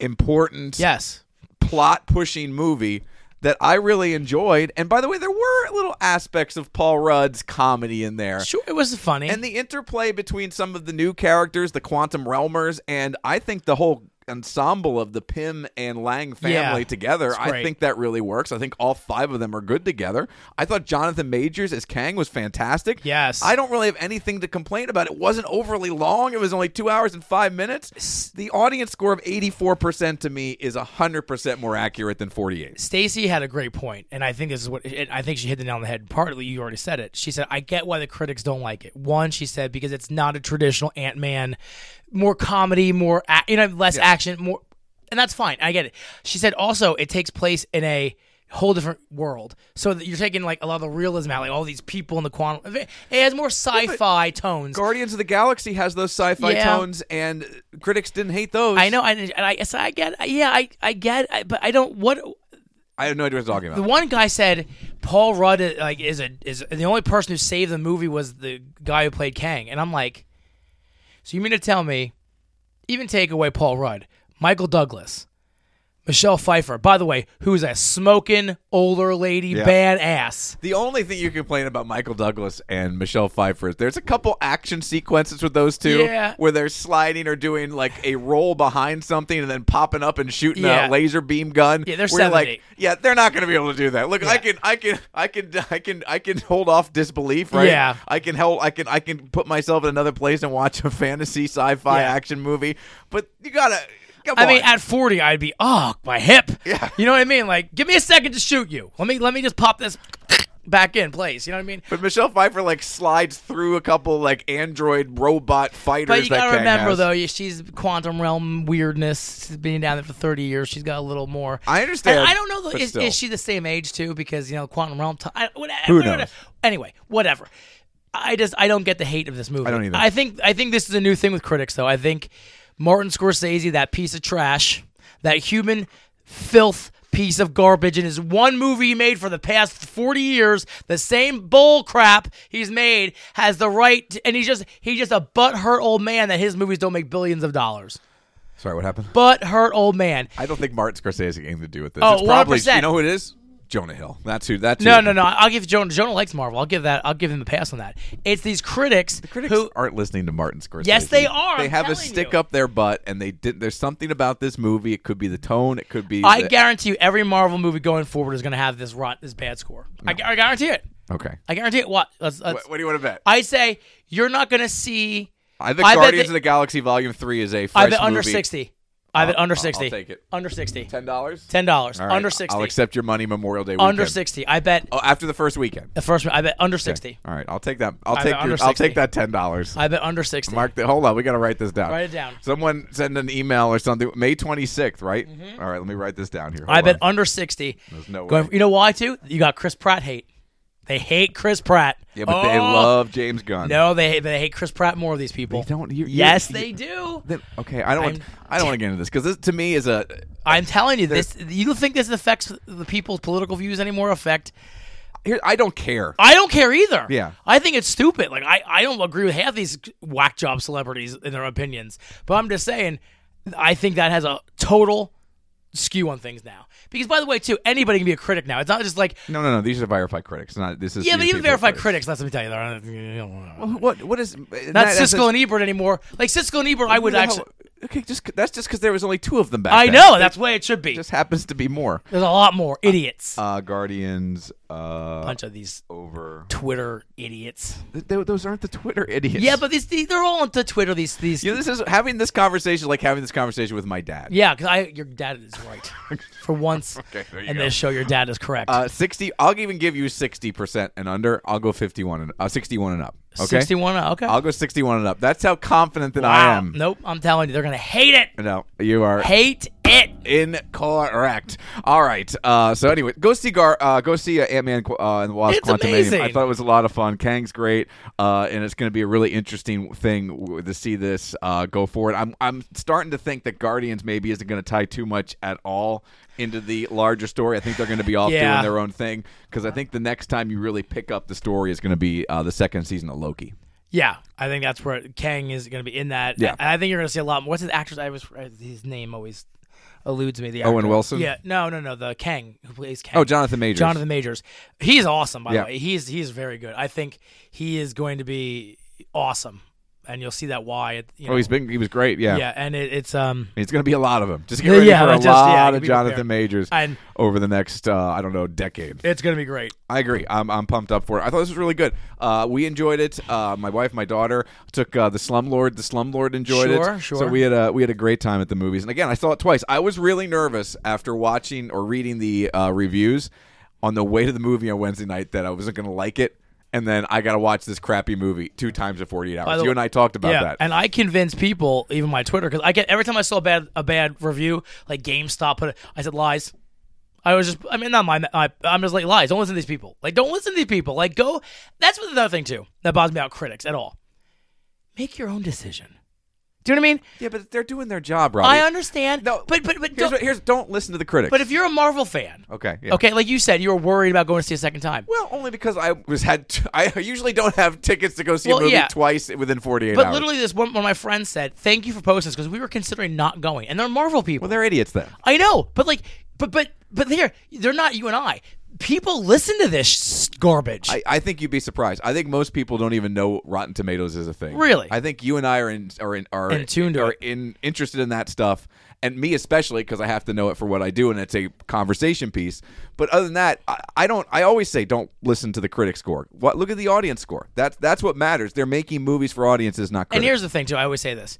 [SPEAKER 1] important,
[SPEAKER 2] Yes.
[SPEAKER 1] plot pushing movie that I really enjoyed. And by the way, there were little aspects of Paul Rudd's comedy in there.
[SPEAKER 2] Sure, it was funny.
[SPEAKER 1] And the interplay between some of the new characters, the Quantum Realmers, and I think the whole ensemble of the Pym and Lang family
[SPEAKER 2] Yeah,
[SPEAKER 1] together,
[SPEAKER 2] it's
[SPEAKER 1] I
[SPEAKER 2] great.
[SPEAKER 1] think that really works. I think all five of them are good together. I thought Jonathan Majors as Kang was fantastic.
[SPEAKER 2] Yes.
[SPEAKER 1] I don't really have anything to complain about. It wasn't overly long, it was only two hours and five minutes. The audience score of 84% to me is 100% more accurate than 48.
[SPEAKER 2] Stacy had a great point, and I think this is what it, I think she hit the nail on the head. Partly, you already said it. She said, "I get why the critics don't like it." One, she said, because it's not a traditional Ant Man, more comedy, more ac you know, less action, more, and that's fine. I get it. She said also it takes place in a whole different world, so that you're taking like a lot of the realism out, like all these people in the quantum. It has more sci-fi tones.
[SPEAKER 1] Guardians of the Galaxy has those sci-fi
[SPEAKER 2] Yeah.
[SPEAKER 1] tones, and critics didn't hate those.
[SPEAKER 2] I know, I, and I, so I get, yeah, I, I get, I, but I don't. What
[SPEAKER 1] I have no idea what you're talking about.
[SPEAKER 2] The one guy said Paul Rudd uh, like is a is the only person who saved the movie was the guy who played Kang, and I'm like, so you mean to tell me, even take away Paul Rudd, Michael Douglas, Michelle Pfeiffer, by the way, who's a smoking older lady badass.
[SPEAKER 1] The only thing you complain about Michael Douglas and Michelle Pfeiffer is there's a couple action sequences with those two
[SPEAKER 2] Yeah.
[SPEAKER 1] where they're sliding or doing like a roll behind something and then popping up and shooting a
[SPEAKER 2] Yeah.
[SPEAKER 1] laser beam gun.
[SPEAKER 2] Yeah, they're
[SPEAKER 1] where you're like,
[SPEAKER 2] 70.
[SPEAKER 1] yeah, they're not going to be able to do that. Look, I
[SPEAKER 2] Yeah.
[SPEAKER 1] can, I can, I can, I can, I can hold off disbelief, right?
[SPEAKER 2] Yeah.
[SPEAKER 1] I can help. I can, I can put myself in another place and watch a fantasy sci-fi
[SPEAKER 2] Yeah.
[SPEAKER 1] action movie. But you gotta. Come
[SPEAKER 2] I
[SPEAKER 1] on.
[SPEAKER 2] mean, at 40, I'd be oh my hip.
[SPEAKER 1] Yeah.
[SPEAKER 2] You know what I mean? Like, give me a second to shoot you. Let me let me just pop this back in place. You know what I mean?
[SPEAKER 1] But Michelle Pfeiffer like slides through a couple like android robot fighters.
[SPEAKER 2] But you
[SPEAKER 1] that
[SPEAKER 2] gotta
[SPEAKER 1] Kang
[SPEAKER 2] remember
[SPEAKER 1] has.
[SPEAKER 2] though, yeah, she's quantum realm weirdness. She's been down there for thirty years. She's got a little more.
[SPEAKER 1] I understand,
[SPEAKER 2] And I don't know. Though,
[SPEAKER 1] but
[SPEAKER 2] is,
[SPEAKER 1] still.
[SPEAKER 2] is she the same age too? Because you know, quantum realm. T- I, what,
[SPEAKER 1] Who
[SPEAKER 2] what-
[SPEAKER 1] knows?
[SPEAKER 2] Anyway, whatever. I just I don't get the hate of this movie. I
[SPEAKER 1] don't either.
[SPEAKER 2] I think I think this is a new thing with critics though. I think Martin Scorsese, that piece of trash, that human filth piece of garbage in his one movie he made for the past 40 years the same bull crap he's made has the right to, and he's just he's just a butthurt old man that his movies don't make billions of dollars
[SPEAKER 1] Sorry, what happened?
[SPEAKER 2] butthurt old man
[SPEAKER 1] I don't think Martin Scorsese has anything to do with this.
[SPEAKER 2] Oh,
[SPEAKER 1] it's probably
[SPEAKER 2] 100%.
[SPEAKER 1] you know who it is? Jonah Hill. That's who that's
[SPEAKER 2] no
[SPEAKER 1] who.
[SPEAKER 2] no no i'll give jonah jonah likes marvel i'll give that i'll give him a pass on that it's these critics,
[SPEAKER 1] Critics
[SPEAKER 2] who
[SPEAKER 1] aren't listening to Martin Scorsese.
[SPEAKER 2] Yes, they are,
[SPEAKER 1] They
[SPEAKER 2] I'm
[SPEAKER 1] have a
[SPEAKER 2] telling you.
[SPEAKER 1] stick up their butt, and they did. There's something about this movie. It could be the tone. It could be.
[SPEAKER 2] i
[SPEAKER 1] the-
[SPEAKER 2] guarantee you every marvel movie going forward is going to have this rot this bad score I, gu- I guarantee it
[SPEAKER 1] Okay.
[SPEAKER 2] i guarantee it what let's, let's,
[SPEAKER 1] What, what do you want to bet? I,
[SPEAKER 2] I say you're not going to see.
[SPEAKER 1] think
[SPEAKER 2] I bet
[SPEAKER 1] Guardians
[SPEAKER 2] they-
[SPEAKER 1] of the Galaxy Volume Three is a fresh
[SPEAKER 2] I bet under
[SPEAKER 1] movie.
[SPEAKER 2] sixty. I bet under
[SPEAKER 1] I'll
[SPEAKER 2] sixty.
[SPEAKER 1] take it.
[SPEAKER 2] Under sixty.
[SPEAKER 1] Ten dollars.
[SPEAKER 2] Ten dollars.
[SPEAKER 1] All right,
[SPEAKER 2] under sixty.
[SPEAKER 1] I'll accept your money Memorial Day weekend.
[SPEAKER 2] under sixty. I bet
[SPEAKER 1] Oh, after the first weekend.
[SPEAKER 2] the first. one- I bet under sixty.
[SPEAKER 1] All right, I'll take that. I'll
[SPEAKER 2] bet
[SPEAKER 1] take your,
[SPEAKER 2] under
[SPEAKER 1] I'll
[SPEAKER 2] 60.
[SPEAKER 1] take that ten dollars.
[SPEAKER 2] I bet under sixty.
[SPEAKER 1] Mark, the, hold on. We got to write this down.
[SPEAKER 2] Write it down.
[SPEAKER 1] Someone send an email or something. May 26th, right? All right, let me write this down here.
[SPEAKER 2] Mm-hmm. I
[SPEAKER 1] Hold
[SPEAKER 2] bet
[SPEAKER 1] on.
[SPEAKER 2] under sixty. There's
[SPEAKER 1] no way.
[SPEAKER 2] you know why too? You got Chris Pratt hate. They hate Chris Pratt.
[SPEAKER 1] Yeah, but they
[SPEAKER 2] Oh!
[SPEAKER 1] love James Gunn.
[SPEAKER 2] No, they hate, they hate Chris Pratt more. These people.
[SPEAKER 1] They don't- you- you-
[SPEAKER 2] yes,
[SPEAKER 1] you-
[SPEAKER 2] they do.
[SPEAKER 1] Then- okay, I don't. Want,
[SPEAKER 2] I'm-
[SPEAKER 1] I don't want to get into this because this to me is a.
[SPEAKER 2] I'm telling you, this. You don't think this affects the people's political views anymore? Affect?
[SPEAKER 1] Here, I don't care.
[SPEAKER 2] I don't care either.
[SPEAKER 1] Yeah.
[SPEAKER 2] I think it's stupid. Like I, I don't agree with half these whack job celebrities in their opinions. But I'm just saying I think that has a total skew on things now. Because by the way, too, anybody can be a critic now. It's not just like
[SPEAKER 1] No, no, no. These are verified critics. Not this is.
[SPEAKER 2] yeah,
[SPEAKER 1] these
[SPEAKER 2] but even
[SPEAKER 1] people are
[SPEAKER 2] verified critics, let me tell you, they're not
[SPEAKER 1] What? What is? uh,
[SPEAKER 2] not Siskel and Ebert anymore. Like Siskel and Ebert, I would actually.
[SPEAKER 1] Okay, just that's just because there was only two of them back.
[SPEAKER 2] I
[SPEAKER 1] then.
[SPEAKER 2] know
[SPEAKER 1] There
[SPEAKER 2] that's the way it should be.
[SPEAKER 1] just happens to be more.
[SPEAKER 2] There's a lot more idiots.
[SPEAKER 1] Uh, Guardians. Uh,
[SPEAKER 2] bunch of these
[SPEAKER 1] over.
[SPEAKER 2] Twitter idiots.
[SPEAKER 1] Th- th- those aren't the Twitter idiots.
[SPEAKER 2] Yeah, but these, these they're all onto Twitter. These these
[SPEAKER 1] You know, this is having this conversation like having this conversation with my dad.
[SPEAKER 2] Yeah, because I your dad is <laughs> right for once. okay,
[SPEAKER 1] there you
[SPEAKER 2] in
[SPEAKER 1] go.
[SPEAKER 2] this show, your dad is correct.
[SPEAKER 1] Uh, sixty. I'll even give you sixty percent and under. I'll go fifty-one and uh, sixty-one and up. Okay.
[SPEAKER 2] Sixty-one. uh, Okay.
[SPEAKER 1] I'll go sixty-one and up. That's how confident that
[SPEAKER 2] wow.
[SPEAKER 1] I am.
[SPEAKER 2] Nope. I'm telling you, they're gonna hate it.
[SPEAKER 1] No, you are.
[SPEAKER 2] Hate it.
[SPEAKER 1] Incorrect. All right. Uh, so anyway, go see Gar. Uh, go see uh, Ant Man uh, and the Wasp.
[SPEAKER 2] It's
[SPEAKER 1] Quantum
[SPEAKER 2] amazing.
[SPEAKER 1] I thought it was a lot of fun. Kang's great, uh, and it's going to be a really interesting thing w- to see this uh, go forward. I'm I'm starting to think that Guardians maybe isn't going to tie too much at all into the larger story. I think they're going to be off
[SPEAKER 2] Yeah.
[SPEAKER 1] doing their own thing because I think the next time you really pick up the story is going to be uh, the second season of Loki.
[SPEAKER 2] Yeah, I think that's where Kang is going to be in that.
[SPEAKER 1] Yeah.
[SPEAKER 2] and I think you're going to see a lot. More. What's his actress? I was his name always eludes me. The
[SPEAKER 1] Owen
[SPEAKER 2] actor.
[SPEAKER 1] Wilson?
[SPEAKER 2] Yeah, no, no, no. The Kang who plays Kang.
[SPEAKER 1] Oh, Jonathan Majors.
[SPEAKER 2] Jonathan Majors. He's awesome, by
[SPEAKER 1] Yeah.
[SPEAKER 2] the way. He's he's very good. I think he is going to be awesome, and you'll see that why. At, you know,
[SPEAKER 1] Oh, he's been he was great.
[SPEAKER 2] yeah, and it, it's um.
[SPEAKER 1] It's going to be a lot of them. Just get
[SPEAKER 2] Yeah,
[SPEAKER 1] ready
[SPEAKER 2] yeah,
[SPEAKER 1] for a
[SPEAKER 2] just- yeah,
[SPEAKER 1] lot
[SPEAKER 2] you
[SPEAKER 1] of
[SPEAKER 2] be
[SPEAKER 1] Jonathan
[SPEAKER 2] prepared.
[SPEAKER 1] Majors
[SPEAKER 2] And-
[SPEAKER 1] over the next, uh, I don't know, decade.
[SPEAKER 2] It's gonna be great.
[SPEAKER 1] I agree. I'm, I'm pumped up for it. I thought this was really good. Uh, we enjoyed it. Uh, my wife, my daughter took uh, the Slumlord. The Slumlord enjoyed
[SPEAKER 2] Sure,
[SPEAKER 1] it.
[SPEAKER 2] sure.
[SPEAKER 1] So we had a we had a great time at the movies. And again, I saw it twice. I was really nervous after watching or reading the uh, reviews on the way to the movie on Wednesday night that I wasn't going to like it. And then I got to watch this crappy movie two times in 48
[SPEAKER 2] By
[SPEAKER 1] hours.
[SPEAKER 2] the
[SPEAKER 1] You
[SPEAKER 2] way-
[SPEAKER 1] and I talked about
[SPEAKER 2] yeah,
[SPEAKER 1] that.
[SPEAKER 2] And I convince people, even my Twitter, because I get every time I saw a bad a bad review, like GameStop put it, I said lies. I was just, I mean, not my, I, I'm just like lies. Don't listen to these people. Like, don't listen to these people. Like, go. That's another thing too that bothers me about critics at all. Make your own decision. Do you know what I mean?
[SPEAKER 1] yeah, but they're doing their job, Robbie.
[SPEAKER 2] I understand.
[SPEAKER 1] No,
[SPEAKER 2] but but but
[SPEAKER 1] here's,
[SPEAKER 2] don't,
[SPEAKER 1] what- here's don't listen to the critics.
[SPEAKER 2] but if you're a Marvel fan,
[SPEAKER 1] Okay, yeah.
[SPEAKER 2] okay, like you said, you were worried about going to see a second time.
[SPEAKER 1] Well, only because I was had t- <laughs> I usually don't have tickets to go see
[SPEAKER 2] Well,
[SPEAKER 1] a movie
[SPEAKER 2] yeah.
[SPEAKER 1] twice within 48
[SPEAKER 2] But
[SPEAKER 1] hours.
[SPEAKER 2] literally, this one, one of my friends said, "Thank you for posting this because we were considering not going." And they're Marvel people.
[SPEAKER 1] well, they're idiots then.
[SPEAKER 2] I know, but like, but but but they're they're not you and I. People listen to this garbage.
[SPEAKER 1] I, I think you'd be surprised. I think most people don't even know Rotten Tomatoes is a thing.
[SPEAKER 2] Really?
[SPEAKER 1] I think you and I are in are in are
[SPEAKER 2] In tune to
[SPEAKER 1] are
[SPEAKER 2] it.
[SPEAKER 1] in interested in that stuff, and me especially because I have to know it for what I do, and it's a conversation piece. But other than that, I, I don't. I always say don't listen to the critic score. What look at the audience score. That's that's what matters. They're making movies for audiences, not critics.
[SPEAKER 2] and here's the thing too. I always say this: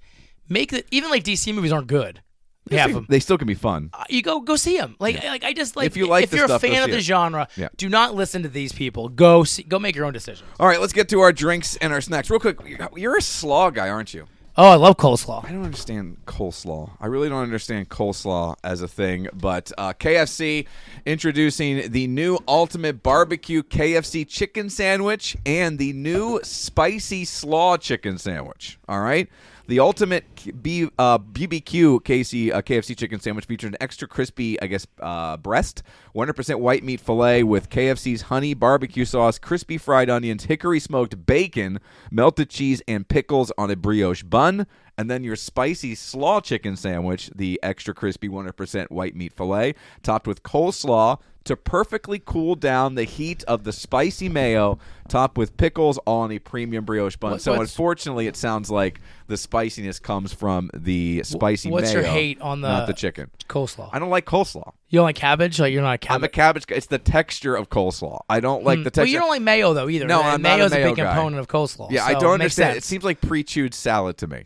[SPEAKER 2] make the even like DC movies aren't good. They have 'em.
[SPEAKER 1] they still can be fun.
[SPEAKER 2] You go go see them. Like like I just like
[SPEAKER 1] If you like
[SPEAKER 2] if
[SPEAKER 1] the
[SPEAKER 2] you're
[SPEAKER 1] stuff,
[SPEAKER 2] a
[SPEAKER 1] go
[SPEAKER 2] fan of
[SPEAKER 1] see
[SPEAKER 2] the
[SPEAKER 1] it.
[SPEAKER 2] genre,
[SPEAKER 1] Yeah.
[SPEAKER 2] do not listen to these people. Go see, go make your own decisions.
[SPEAKER 1] All right, let's get to our drinks and our snacks real quick. You're a slaw guy, aren't you?
[SPEAKER 2] Oh, I love coleslaw.
[SPEAKER 1] I don't understand coleslaw. I really don't understand coleslaw as a thing, but uh, KFC introducing the new ultimate barbecue KFC chicken sandwich and the new spicy slaw chicken sandwich. All right. The ultimate K- B, uh, BBQ KC, uh, KFC chicken sandwich featured an extra crispy, I guess, uh, breast, 100% white meat filet with KFC's honey barbecue sauce, crispy fried onions, hickory smoked bacon, melted cheese, and pickles on a brioche bun. And then your spicy slaw chicken sandwich, the extra crispy 100% white meat filet, topped with coleslaw to perfectly cool down the heat of the spicy mayo, topped with pickles on a premium brioche bun.
[SPEAKER 2] What-
[SPEAKER 1] so,
[SPEAKER 2] what's-
[SPEAKER 1] unfortunately, it sounds like the spiciness comes from the spicy
[SPEAKER 2] what's
[SPEAKER 1] mayo.
[SPEAKER 2] your hate on the-
[SPEAKER 1] not the chicken?
[SPEAKER 2] Coleslaw.
[SPEAKER 1] I don't like coleslaw.
[SPEAKER 2] you don't like cabbage? Like you're not a cabbage.
[SPEAKER 1] I'm a cabbage guy. It's the texture of coleslaw. I don't like the texture.
[SPEAKER 2] Hmm. well, you don't like mayo though either.
[SPEAKER 1] No,
[SPEAKER 2] and
[SPEAKER 1] I'm not a
[SPEAKER 2] mayo's
[SPEAKER 1] mayo
[SPEAKER 2] big
[SPEAKER 1] guy.
[SPEAKER 2] component of coleslaw.
[SPEAKER 1] yeah, I
[SPEAKER 2] so
[SPEAKER 1] don't
[SPEAKER 2] it makes
[SPEAKER 1] understand. It
[SPEAKER 2] sense.
[SPEAKER 1] seems like pre-chewed salad to me.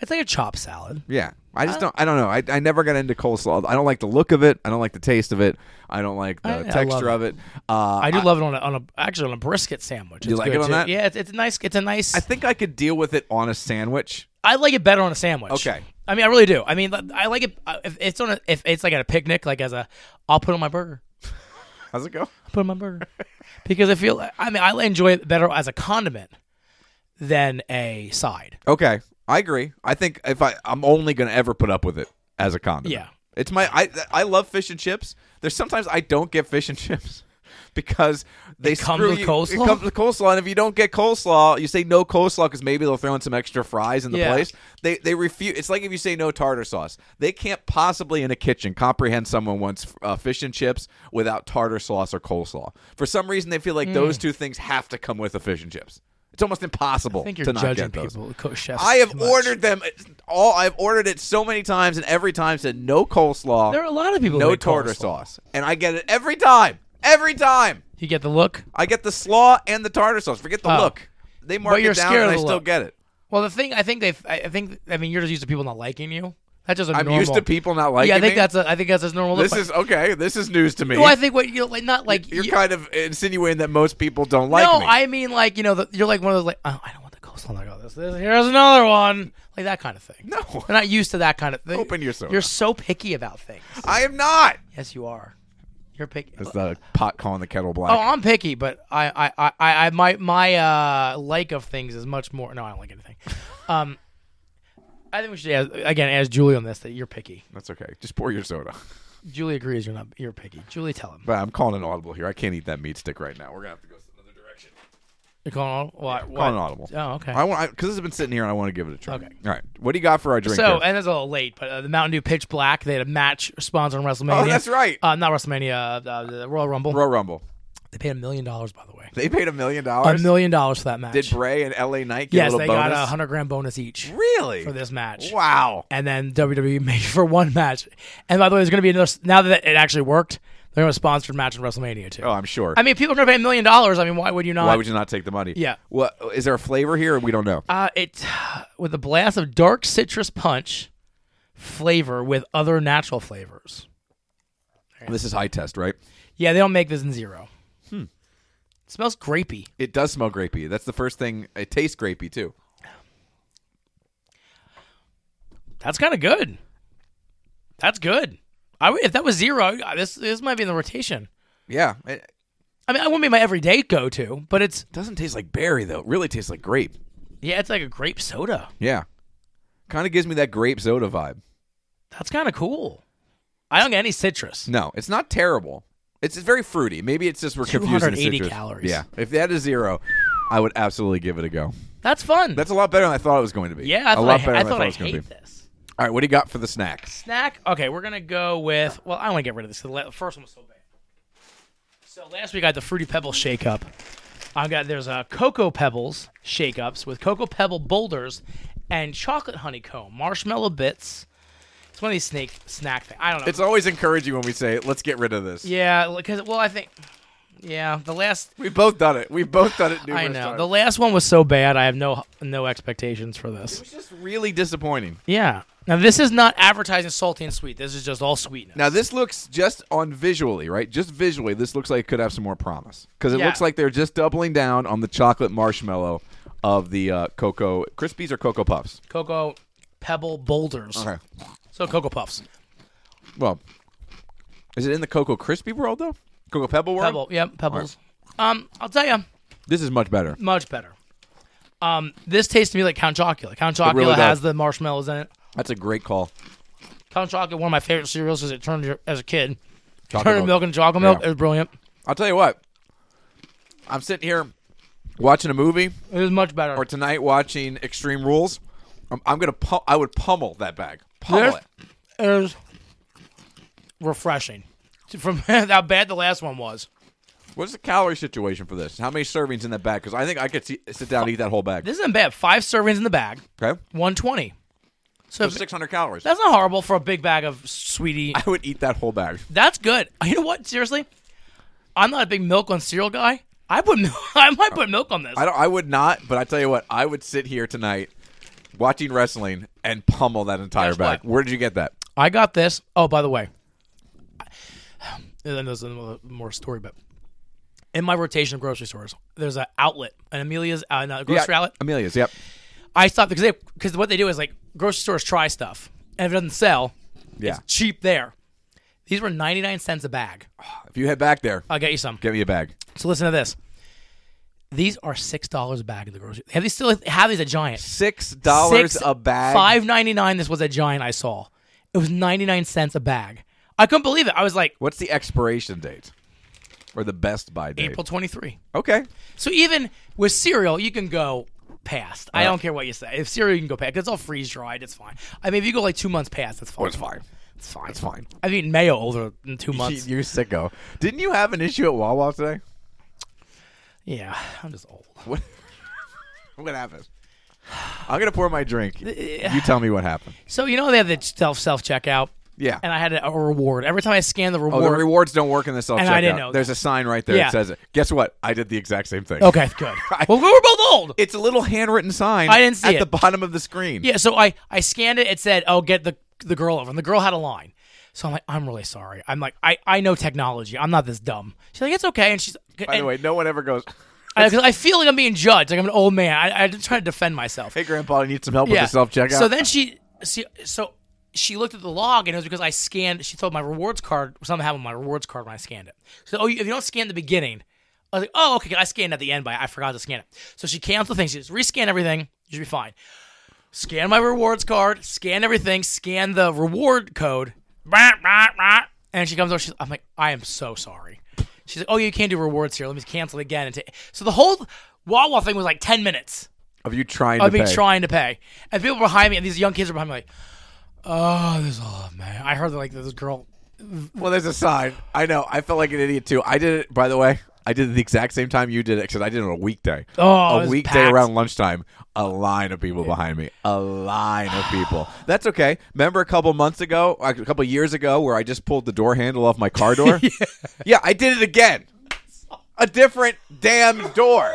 [SPEAKER 2] It's like a chopped salad.
[SPEAKER 1] Yeah. I
[SPEAKER 2] Uh.
[SPEAKER 1] just don't. I don't know. I, I never got into coleslaw. I don't like the look of it. I don't like the taste of it. I don't like the
[SPEAKER 2] I- I love
[SPEAKER 1] texture
[SPEAKER 2] it.
[SPEAKER 1] of it. Uh,
[SPEAKER 2] I do love it on a, on a actually on a brisket sandwich.
[SPEAKER 1] You
[SPEAKER 2] It's
[SPEAKER 1] like
[SPEAKER 2] good
[SPEAKER 1] it on
[SPEAKER 2] too.
[SPEAKER 1] that?
[SPEAKER 2] Yeah, it's, it's a nice. It's a nice.
[SPEAKER 1] I think I could deal with it on a sandwich.
[SPEAKER 2] I like it better on a sandwich.
[SPEAKER 1] Okay.
[SPEAKER 2] I mean, I really do. I mean, li- I like it I- if it's on a, if it's like at a picnic, like as a, I'll put it on my burger.
[SPEAKER 1] How's it go?
[SPEAKER 2] I'll put it on
[SPEAKER 1] <laughs>
[SPEAKER 2] my burger because I feel. I mean, I enjoy it better as a condiment than a side.
[SPEAKER 1] Okay, I agree. I think if I, I'm only gonna ever put up with it as a condiment.
[SPEAKER 2] Yeah.
[SPEAKER 1] it's my. I I love fish and chips. There's sometimes I don't get fish and <laughs> chips because they
[SPEAKER 2] It comes
[SPEAKER 1] screw
[SPEAKER 2] with
[SPEAKER 1] you.
[SPEAKER 2] coleslaw?
[SPEAKER 1] It comes with coleslaw, and if you don't get coleslaw, you say no coleslaw because maybe they'll throw in some extra fries in the
[SPEAKER 2] Yeah.
[SPEAKER 1] place. They they refuse. It's like if you say no tartar sauce. They can't possibly in a kitchen comprehend someone wants uh, fish and chips without tartar sauce or coleslaw. For some reason, they feel like
[SPEAKER 2] Hmm.
[SPEAKER 1] those two things have to come with the fish and chips. It's almost impossible
[SPEAKER 2] I think you're
[SPEAKER 1] to not
[SPEAKER 2] judging
[SPEAKER 1] get those.
[SPEAKER 2] people, cook chefs.
[SPEAKER 1] I have
[SPEAKER 2] too much.
[SPEAKER 1] ordered them uh, all. I've ordered it so many times, and every time said no coleslaw,
[SPEAKER 2] There are a lot of people. who
[SPEAKER 1] no
[SPEAKER 2] make
[SPEAKER 1] tartar
[SPEAKER 2] coleslaw.
[SPEAKER 1] sauce, and I get it every time. Every time
[SPEAKER 2] You get the look.
[SPEAKER 1] I get the slaw and the tartar sauce. Forget the
[SPEAKER 2] Oh.
[SPEAKER 1] look. They mark
[SPEAKER 2] you're
[SPEAKER 1] it down,
[SPEAKER 2] scared
[SPEAKER 1] and
[SPEAKER 2] of
[SPEAKER 1] I
[SPEAKER 2] the
[SPEAKER 1] still
[SPEAKER 2] look.
[SPEAKER 1] get it.
[SPEAKER 2] Well, the thing I think they, I I think, I mean, you're just used to people not liking you. That's just. A
[SPEAKER 1] I'm
[SPEAKER 2] normal,
[SPEAKER 1] used to people not liking
[SPEAKER 2] Yeah, I think
[SPEAKER 1] me.
[SPEAKER 2] that's. A, I think that's as normal.
[SPEAKER 1] This
[SPEAKER 2] look.
[SPEAKER 1] is okay. This is news to me.
[SPEAKER 2] No, I think what you know, like not like
[SPEAKER 1] You're
[SPEAKER 2] you-
[SPEAKER 1] kind of insinuating that most people don't like
[SPEAKER 2] no,
[SPEAKER 1] me.
[SPEAKER 2] I mean like you know, the, you're like one of those like oh, I don't want the coleslaw. close. Oh my god, this, this here's another one. Like that kind of thing.
[SPEAKER 1] No.
[SPEAKER 2] They're not used to that kind of thing.
[SPEAKER 1] Open your soda.
[SPEAKER 2] You're so picky about things.
[SPEAKER 1] I am not.
[SPEAKER 2] Yes, you are. You're picky.
[SPEAKER 1] It's the pot calling the kettle black.
[SPEAKER 2] Oh, I'm picky, but I, I, I, I my, my uh, like of things is much more. No, I don't like anything. Um, I think we should ask, again ask Julie on this that you're picky.
[SPEAKER 1] That's okay. Just pour your soda.
[SPEAKER 2] Julie agrees you're not. You're picky. Julie, tell him.
[SPEAKER 1] But I'm calling an audible here. I can't eat that meat stick right now. We're gonna have to go another direction.
[SPEAKER 2] You're calling. What? what?
[SPEAKER 1] Calling an audible.
[SPEAKER 2] Oh, okay.
[SPEAKER 1] I want because this has been sitting here and I want to give it a try.
[SPEAKER 2] Okay.
[SPEAKER 1] All right. What do you got for our drink?
[SPEAKER 2] So,
[SPEAKER 1] here?
[SPEAKER 2] and it's a little late, but uh, the Mountain Dew Pitch Black, they had a match sponsored on WrestleMania.
[SPEAKER 1] Oh, that's right.
[SPEAKER 2] Uh, not WrestleMania, uh, uh, the Royal Rumble.
[SPEAKER 1] Royal Rumble.
[SPEAKER 2] they paid a million dollars, by the way.
[SPEAKER 1] They paid a million
[SPEAKER 2] A
[SPEAKER 1] dollars.
[SPEAKER 2] million dollars for that match.
[SPEAKER 1] Did Bray and LA Knight get a
[SPEAKER 2] yes,
[SPEAKER 1] little
[SPEAKER 2] they
[SPEAKER 1] bonus?
[SPEAKER 2] got a hundred grand bonus each
[SPEAKER 1] really
[SPEAKER 2] for this match.
[SPEAKER 1] Wow.
[SPEAKER 2] And then WWE <laughs> made for one match. And by the way, there's going to be another. Now that it actually worked, they're going to sponsor a match in WrestleMania too.
[SPEAKER 1] Oh, I'm sure.
[SPEAKER 2] I mean, if people are going to pay a million dollars. I mean, why would you not?
[SPEAKER 1] Why would you not take the money?
[SPEAKER 2] Yeah.
[SPEAKER 1] What is there a flavor here? We don't know.
[SPEAKER 2] Uh, it <sighs> with a blast of dark citrus punch flavor with other natural flavors.
[SPEAKER 1] this is high test, right?
[SPEAKER 2] Yeah, they don't make this in zero. Hmm. It smells grapey.
[SPEAKER 1] It does smell grapey. That's the first thing. It tastes grapey too.
[SPEAKER 2] That's kind of good. That's good. I would, if that was zero, I- this this might be in the rotation.
[SPEAKER 1] Yeah. It
[SPEAKER 2] I mean, I wouldn't be my everyday go to, but it's
[SPEAKER 1] doesn't taste like berry though. It really tastes like grape.
[SPEAKER 2] yeah, it's like a grape soda.
[SPEAKER 1] Yeah. Kind of gives me that grape soda vibe.
[SPEAKER 2] That's kind of cool. I don't get any citrus.
[SPEAKER 1] No, it's not terrible. It's, it's very fruity. Maybe it's just we're confusing the
[SPEAKER 2] 280
[SPEAKER 1] citrus.
[SPEAKER 2] calories.
[SPEAKER 1] Yeah. If that is zero, I would absolutely give it a go.
[SPEAKER 2] That's fun.
[SPEAKER 1] That's a lot better than I thought it was going to be.
[SPEAKER 2] yeah, I
[SPEAKER 1] a
[SPEAKER 2] thought
[SPEAKER 1] lot
[SPEAKER 2] I,
[SPEAKER 1] better
[SPEAKER 2] I
[SPEAKER 1] than
[SPEAKER 2] thought
[SPEAKER 1] I thought
[SPEAKER 2] I,
[SPEAKER 1] it was going to
[SPEAKER 2] hate
[SPEAKER 1] be.
[SPEAKER 2] this.
[SPEAKER 1] All right, what do you got for the snacks?
[SPEAKER 2] Snack. Okay, we're gonna go with. Well, I want to get rid of this. 'cause The la- first one was so bad. So last week I had the fruity pebble shake up. I got there's a cocoa pebbles shake ups with cocoa pebble boulders and chocolate honeycomb marshmallow bits. It's one of these snake snack things. I don't know.
[SPEAKER 1] It's always encouraging when we say, "Let's get rid of this."
[SPEAKER 2] yeah, because well I think yeah the last
[SPEAKER 1] We've both done it. We've both done it numerous
[SPEAKER 2] <laughs> I know
[SPEAKER 1] times.
[SPEAKER 2] the last one was so bad I have no no expectations for this.
[SPEAKER 1] it's just really disappointing.
[SPEAKER 2] Yeah. Now this is not advertising salty and sweet. This is just all sweetness.
[SPEAKER 1] Now this looks just on visually, right? Just visually, this looks like it could have some more promise because it
[SPEAKER 2] Yeah.
[SPEAKER 1] looks like they're just doubling down on the chocolate marshmallow of the uh, cocoa crispies or cocoa puffs.
[SPEAKER 2] cocoa pebble boulders.
[SPEAKER 1] Okay.
[SPEAKER 2] So cocoa puffs.
[SPEAKER 1] Well, is it in the cocoa crispy world though? Cocoa pebble world.
[SPEAKER 2] Pebble. Yep. Pebbles. Um, I'll tell you,
[SPEAKER 1] This is much better.
[SPEAKER 2] much better. Um, this tastes to me like Count Chocula. Count Chocula
[SPEAKER 1] really does.
[SPEAKER 2] has the marshmallows in it.
[SPEAKER 1] That's a great call.
[SPEAKER 2] Count Chocula, one of my favorite cereals, as it turned your- as a kid.
[SPEAKER 1] Chocolate
[SPEAKER 2] Turned
[SPEAKER 1] milk.
[SPEAKER 2] milk and chocolate milk.
[SPEAKER 1] Yeah.
[SPEAKER 2] It was brilliant.
[SPEAKER 1] I'll tell you what. I'm sitting here watching a movie,
[SPEAKER 2] It was much better.
[SPEAKER 1] or tonight watching Extreme Rules. I'm, I'm gonna. Pu- I would pummel that bag. Pummel
[SPEAKER 2] This
[SPEAKER 1] it.
[SPEAKER 2] is refreshing. From <laughs> how bad the last one was.
[SPEAKER 1] What's the calorie situation for this? How many servings in that bag? Because I think I could see, sit down and eat that whole bag.
[SPEAKER 2] This isn't bad. Five servings in the bag.
[SPEAKER 1] okay,
[SPEAKER 2] One twenty. So
[SPEAKER 1] so 600 calories.
[SPEAKER 2] That's not horrible for a big bag of sweetie.
[SPEAKER 1] I would eat that whole bag.
[SPEAKER 2] That's good. Uh, You know what? Seriously, I'm not a big milk on cereal guy. I put mil- <laughs> I might put milk on this.
[SPEAKER 1] I don't. I would not. But I tell you what, I would sit here tonight watching wrestling and pummel that entire
[SPEAKER 2] Guess
[SPEAKER 1] bag.
[SPEAKER 2] what?
[SPEAKER 1] Where did you get that?
[SPEAKER 2] I got this. Oh, by the way, <sighs> and then there's another more story, but in my rotation of grocery stores, there's an outlet, an Amelia's uh, no, grocery outlet.
[SPEAKER 1] Amelia's. Yep.
[SPEAKER 2] I stopped because because what they do is like grocery stores try stuff, and if it doesn't sell,
[SPEAKER 1] Yeah.
[SPEAKER 2] cheap there. These were 99 cents a bag.
[SPEAKER 1] If you head back there,
[SPEAKER 2] I'll get you some.
[SPEAKER 1] get me a bag.
[SPEAKER 2] So listen to this. These are six dollars a bag at the grocery. Have these still have these at Giant?
[SPEAKER 1] Six dollars a bag.
[SPEAKER 2] Five ninety nine. This was at Giant. I saw. It was ninety nine cents a bag. I couldn't believe it. I was like
[SPEAKER 1] What's the expiration date? Or the best by date?
[SPEAKER 2] April twenty three.
[SPEAKER 1] Okay.
[SPEAKER 2] So even with cereal, you can go past. I don't care what you say. If cereal, you can go past. 'cause It's all freeze dried. It's fine. I mean, if you go like two months past, it's fine.
[SPEAKER 1] Well, Oh, it's fine.
[SPEAKER 2] It's fine.
[SPEAKER 1] It's fine.
[SPEAKER 2] I've eaten mayo over in two months.
[SPEAKER 1] You're sicko. Didn't you have an issue at Wawa today?
[SPEAKER 2] yeah, I'm just old.
[SPEAKER 1] What? <laughs> what happened? I'm gonna pour my drink.
[SPEAKER 2] Uh,
[SPEAKER 1] You tell me what
[SPEAKER 2] <sighs>
[SPEAKER 1] happened.
[SPEAKER 2] So you know they have the self self checkout.
[SPEAKER 1] Yeah.
[SPEAKER 2] And I had a a reward every time I scanned the
[SPEAKER 1] Oh,
[SPEAKER 2] reward.
[SPEAKER 1] the rewards don't work in the self
[SPEAKER 2] And I didn't know
[SPEAKER 1] checkout. There's a sign right there
[SPEAKER 2] Yeah.
[SPEAKER 1] that says it. Guess what? I did the exact same thing.
[SPEAKER 2] Okay, <laughs> good. well, we were both old.
[SPEAKER 1] It's a little handwritten sign.
[SPEAKER 2] I didn't see
[SPEAKER 1] at
[SPEAKER 2] it.
[SPEAKER 1] the bottom of the screen.
[SPEAKER 2] Yeah, so I I scanned it. It said, "Oh, get the the girl over," and the girl had a line. So I'm like, "I'm really sorry." I'm like, "I I know technology. I'm not this dumb." She's like, "It's okay," and she's.
[SPEAKER 1] By the way, no one ever goes.
[SPEAKER 2] I, 'cause I feel like I'm being judged. Like I'm an old man. I, I just try to defend myself.
[SPEAKER 1] Hey, Grandpa, I need some help with the self checkout.
[SPEAKER 2] So then she, she, so she looked at the log and it was because I scanned. She thought my rewards card something happened with my rewards card when I scanned it. So oh, you- if you don't scan the beginning, I was like, oh okay, I scanned at the end, but I forgot to scan it. So she canceled the thing. She just rescan everything. You should be fine. Scan my rewards card. Scan everything. Scan the reward code. Bah, bah, bah. And she comes over. She's, I'm like, I am so sorry. She's like, oh, you can't do rewards here. Let me cancel it again. And ta-" so the whole Wawa thing was like ten minutes
[SPEAKER 1] of you trying
[SPEAKER 2] of
[SPEAKER 1] to
[SPEAKER 2] me
[SPEAKER 1] pay.
[SPEAKER 2] trying to pay. And people behind me, and these young kids are behind me, like, oh, this is all man. I heard like this girl.
[SPEAKER 1] Well, there's a sign. I know. I felt like an idiot too. I did it. By the way, I did it the exact same time you did it because I did it on a weekday.
[SPEAKER 2] Oh, it
[SPEAKER 1] a
[SPEAKER 2] was
[SPEAKER 1] weekday
[SPEAKER 2] packed.
[SPEAKER 1] around lunchtime. A line of people behind me. A line of people. That's okay. Remember a couple months ago, a couple years ago, where I just pulled the door handle off my car
[SPEAKER 2] <laughs>
[SPEAKER 1] door. yeah. I did it again. A different damn door.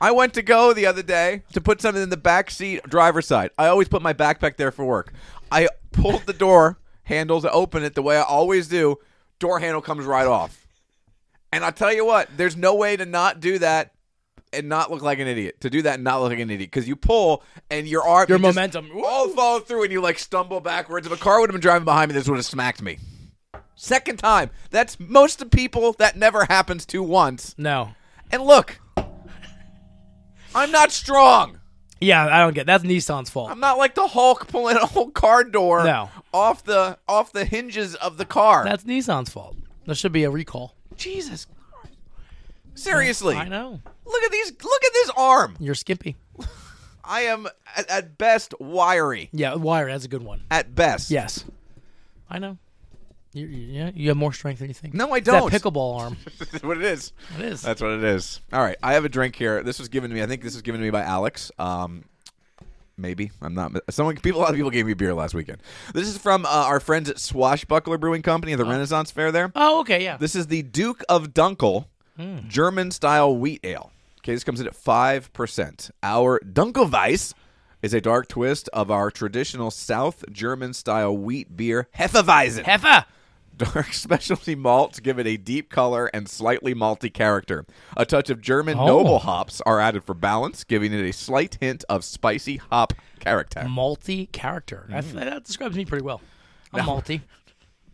[SPEAKER 1] I went to go the other day to put something in the back seat, driver's side. I always put my backpack there for work. I pulled the door handle to open it the way I always do. Door handle comes right off. And I'll tell you what, there's no way to not do that and not look like an idiot. To do that and not look like an idiot. Because you pull and your arm.
[SPEAKER 2] Your
[SPEAKER 1] you just
[SPEAKER 2] momentum. Woo!
[SPEAKER 1] All follow through and you like stumble backwards. If a car would have been driving behind me, this would have smacked me. Second time. That's most of people that never happens to once.
[SPEAKER 2] No.
[SPEAKER 1] And look, I'm not strong.
[SPEAKER 2] Yeah, I don't get. That's Nissan's fault.
[SPEAKER 1] I'm not like the Hulk pulling a whole car door
[SPEAKER 2] No.
[SPEAKER 1] off the off the hinges of the car.
[SPEAKER 2] That's Nissan's fault. There should be a recall.
[SPEAKER 1] Jesus. Seriously.
[SPEAKER 2] I know.
[SPEAKER 1] Look at these look at this arm.
[SPEAKER 2] You're skimpy.
[SPEAKER 1] I am at, at best wiry.
[SPEAKER 2] Yeah, wire. That's a good one.
[SPEAKER 1] At best.
[SPEAKER 2] Yes. I know. You, you, yeah, you have more strength than you think.
[SPEAKER 1] No, I
[SPEAKER 2] It's that
[SPEAKER 1] don't.
[SPEAKER 2] pickleball arm.
[SPEAKER 1] <laughs> That's what it is.
[SPEAKER 2] It is.
[SPEAKER 1] That's what it is. All right, I have a drink here. This was given to me. I think this was given to me by Alex. Um, maybe I'm not. Someone, people, a lot of people gave me beer last weekend. This is from uh, our friends at Swashbuckler Brewing Company at the Renaissance Fair. There.
[SPEAKER 2] oh, okay. Yeah.
[SPEAKER 1] This is the Duke of Dunkel German style wheat ale. Okay, this comes in at 5%. Our Dunkelweiss is a dark twist of our traditional South German style wheat beer, Hefeweizen.
[SPEAKER 2] Heffa.
[SPEAKER 1] Dark <laughs> specialty malts give it a deep color and slightly malty character. A touch of German
[SPEAKER 2] Oh.
[SPEAKER 1] noble hops are added for balance, giving it a slight hint of spicy hop character.
[SPEAKER 2] Mm. Malty character. That-
[SPEAKER 1] Mm.
[SPEAKER 2] That describes me pretty well.
[SPEAKER 1] <laughs>
[SPEAKER 2] I'm malty.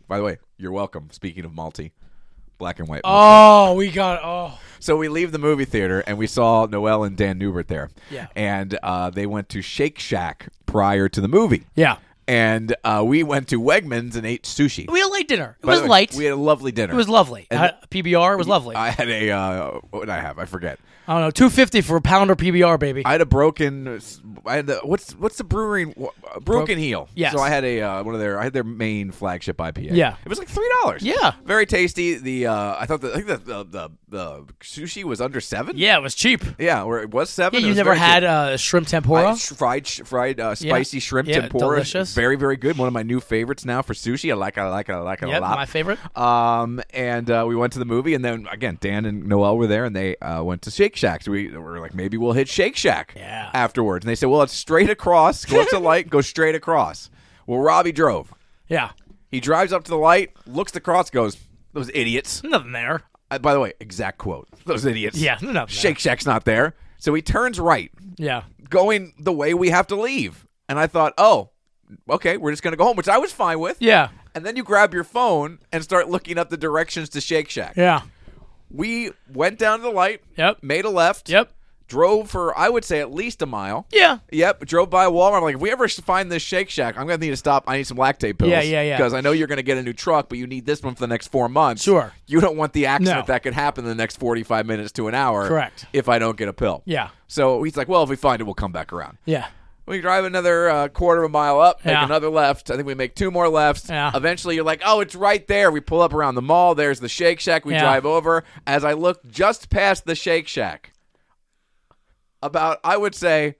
[SPEAKER 1] By the way, you're welcome. Speaking of malty, black and white. malt.
[SPEAKER 2] Oh, we got. Oh,
[SPEAKER 1] So we leave the movie theater and we saw Noel and Dan Newbert there.
[SPEAKER 2] Yeah.
[SPEAKER 1] And uh, they went to Shake Shack prior to the movie.
[SPEAKER 2] yeah.
[SPEAKER 1] And uh, we went to Wegmans and ate sushi.
[SPEAKER 2] We had a late dinner. It
[SPEAKER 1] By
[SPEAKER 2] was
[SPEAKER 1] the way,
[SPEAKER 2] light.
[SPEAKER 1] We had a lovely dinner.
[SPEAKER 2] It was lovely. Uh,
[SPEAKER 1] And
[SPEAKER 2] I had a PBR it was lovely.
[SPEAKER 1] I
[SPEAKER 2] I,
[SPEAKER 1] had a uh, what did I have? I forget.
[SPEAKER 2] don't know, two fifty for a pound or PBR, baby.
[SPEAKER 1] I had a broken. I had the what's what's the brewery? Broken Heel.
[SPEAKER 2] Yes.
[SPEAKER 1] So I had a uh, one of their. I had their main flagship IPA.
[SPEAKER 2] Yeah.
[SPEAKER 1] It was like three dollars.
[SPEAKER 2] Yeah.
[SPEAKER 1] Very tasty. The uh, I thought the I think the the, the the sushi was under seven.
[SPEAKER 2] yeah, it was cheap.
[SPEAKER 1] Yeah. Or it was seven.
[SPEAKER 2] Yeah,
[SPEAKER 1] It
[SPEAKER 2] you
[SPEAKER 1] was
[SPEAKER 2] never
[SPEAKER 1] very
[SPEAKER 2] had
[SPEAKER 1] good.
[SPEAKER 2] uh, shrimp tempura.
[SPEAKER 1] I- sh- fried sh- fried uh,
[SPEAKER 2] Yeah.
[SPEAKER 1] spicy shrimp
[SPEAKER 2] Yeah,
[SPEAKER 1] tempura.
[SPEAKER 2] delicious.
[SPEAKER 1] Very very good. One of my new favorites now for sushi. I like it. I like it. I like it
[SPEAKER 2] Yep,
[SPEAKER 1] a lot.
[SPEAKER 2] my favorite.
[SPEAKER 1] Um, and uh, we went to the movie, and then again, Dan and Noel were there, and they uh, went to Shake Shack. So we were like, maybe we'll hit Shake Shack
[SPEAKER 2] Yeah.
[SPEAKER 1] afterwards. And they said, well, it's straight across. Go up
[SPEAKER 2] <laughs>
[SPEAKER 1] to the light, go straight across. Well, Robbie drove.
[SPEAKER 2] yeah,
[SPEAKER 1] He drives up to the light, looks across, goes, those idiots.
[SPEAKER 2] nothing there.
[SPEAKER 1] Uh, by the way, exact quote. Those idiots.
[SPEAKER 2] Yeah, they're not there.
[SPEAKER 1] Shake Shack's not there. So he turns right,
[SPEAKER 2] Yeah,
[SPEAKER 1] going the way we have to leave. And I thought, oh, okay, we're just going to go home, which I was fine with.
[SPEAKER 2] yeah,
[SPEAKER 1] And then you grab your phone and start looking up the directions to Shake Shack.
[SPEAKER 2] yeah.
[SPEAKER 1] We went down to the light.
[SPEAKER 2] Yep.
[SPEAKER 1] Made a left.
[SPEAKER 2] Yep.
[SPEAKER 1] Drove for I would say at least a mile.
[SPEAKER 2] Yeah.
[SPEAKER 1] Yep. Drove by Walmart. I'm like, if we ever find this Shake Shack, I'm gonna need to stop. I need some lactate pills.
[SPEAKER 2] Yeah, yeah, yeah.
[SPEAKER 1] Because I know you're gonna get a new truck, but you need this one for the next four months.
[SPEAKER 2] Sure.
[SPEAKER 1] You don't want the accident
[SPEAKER 2] No.
[SPEAKER 1] that could happen in the next 45 minutes to an hour.
[SPEAKER 2] Correct.
[SPEAKER 1] If I don't get a pill.
[SPEAKER 2] Yeah.
[SPEAKER 1] So he's like, well, if we find it, we'll come back around.
[SPEAKER 2] Yeah.
[SPEAKER 1] We drive another uh, quarter of a mile up, make
[SPEAKER 2] Yeah.
[SPEAKER 1] another left. I think we make two more lefts.
[SPEAKER 2] Yeah.
[SPEAKER 1] Eventually, you're like, oh, it's right there. We pull up around the mall. There's the Shake Shack. We
[SPEAKER 2] Yeah.
[SPEAKER 1] drive over. As I look just past the Shake Shack, about, I would say,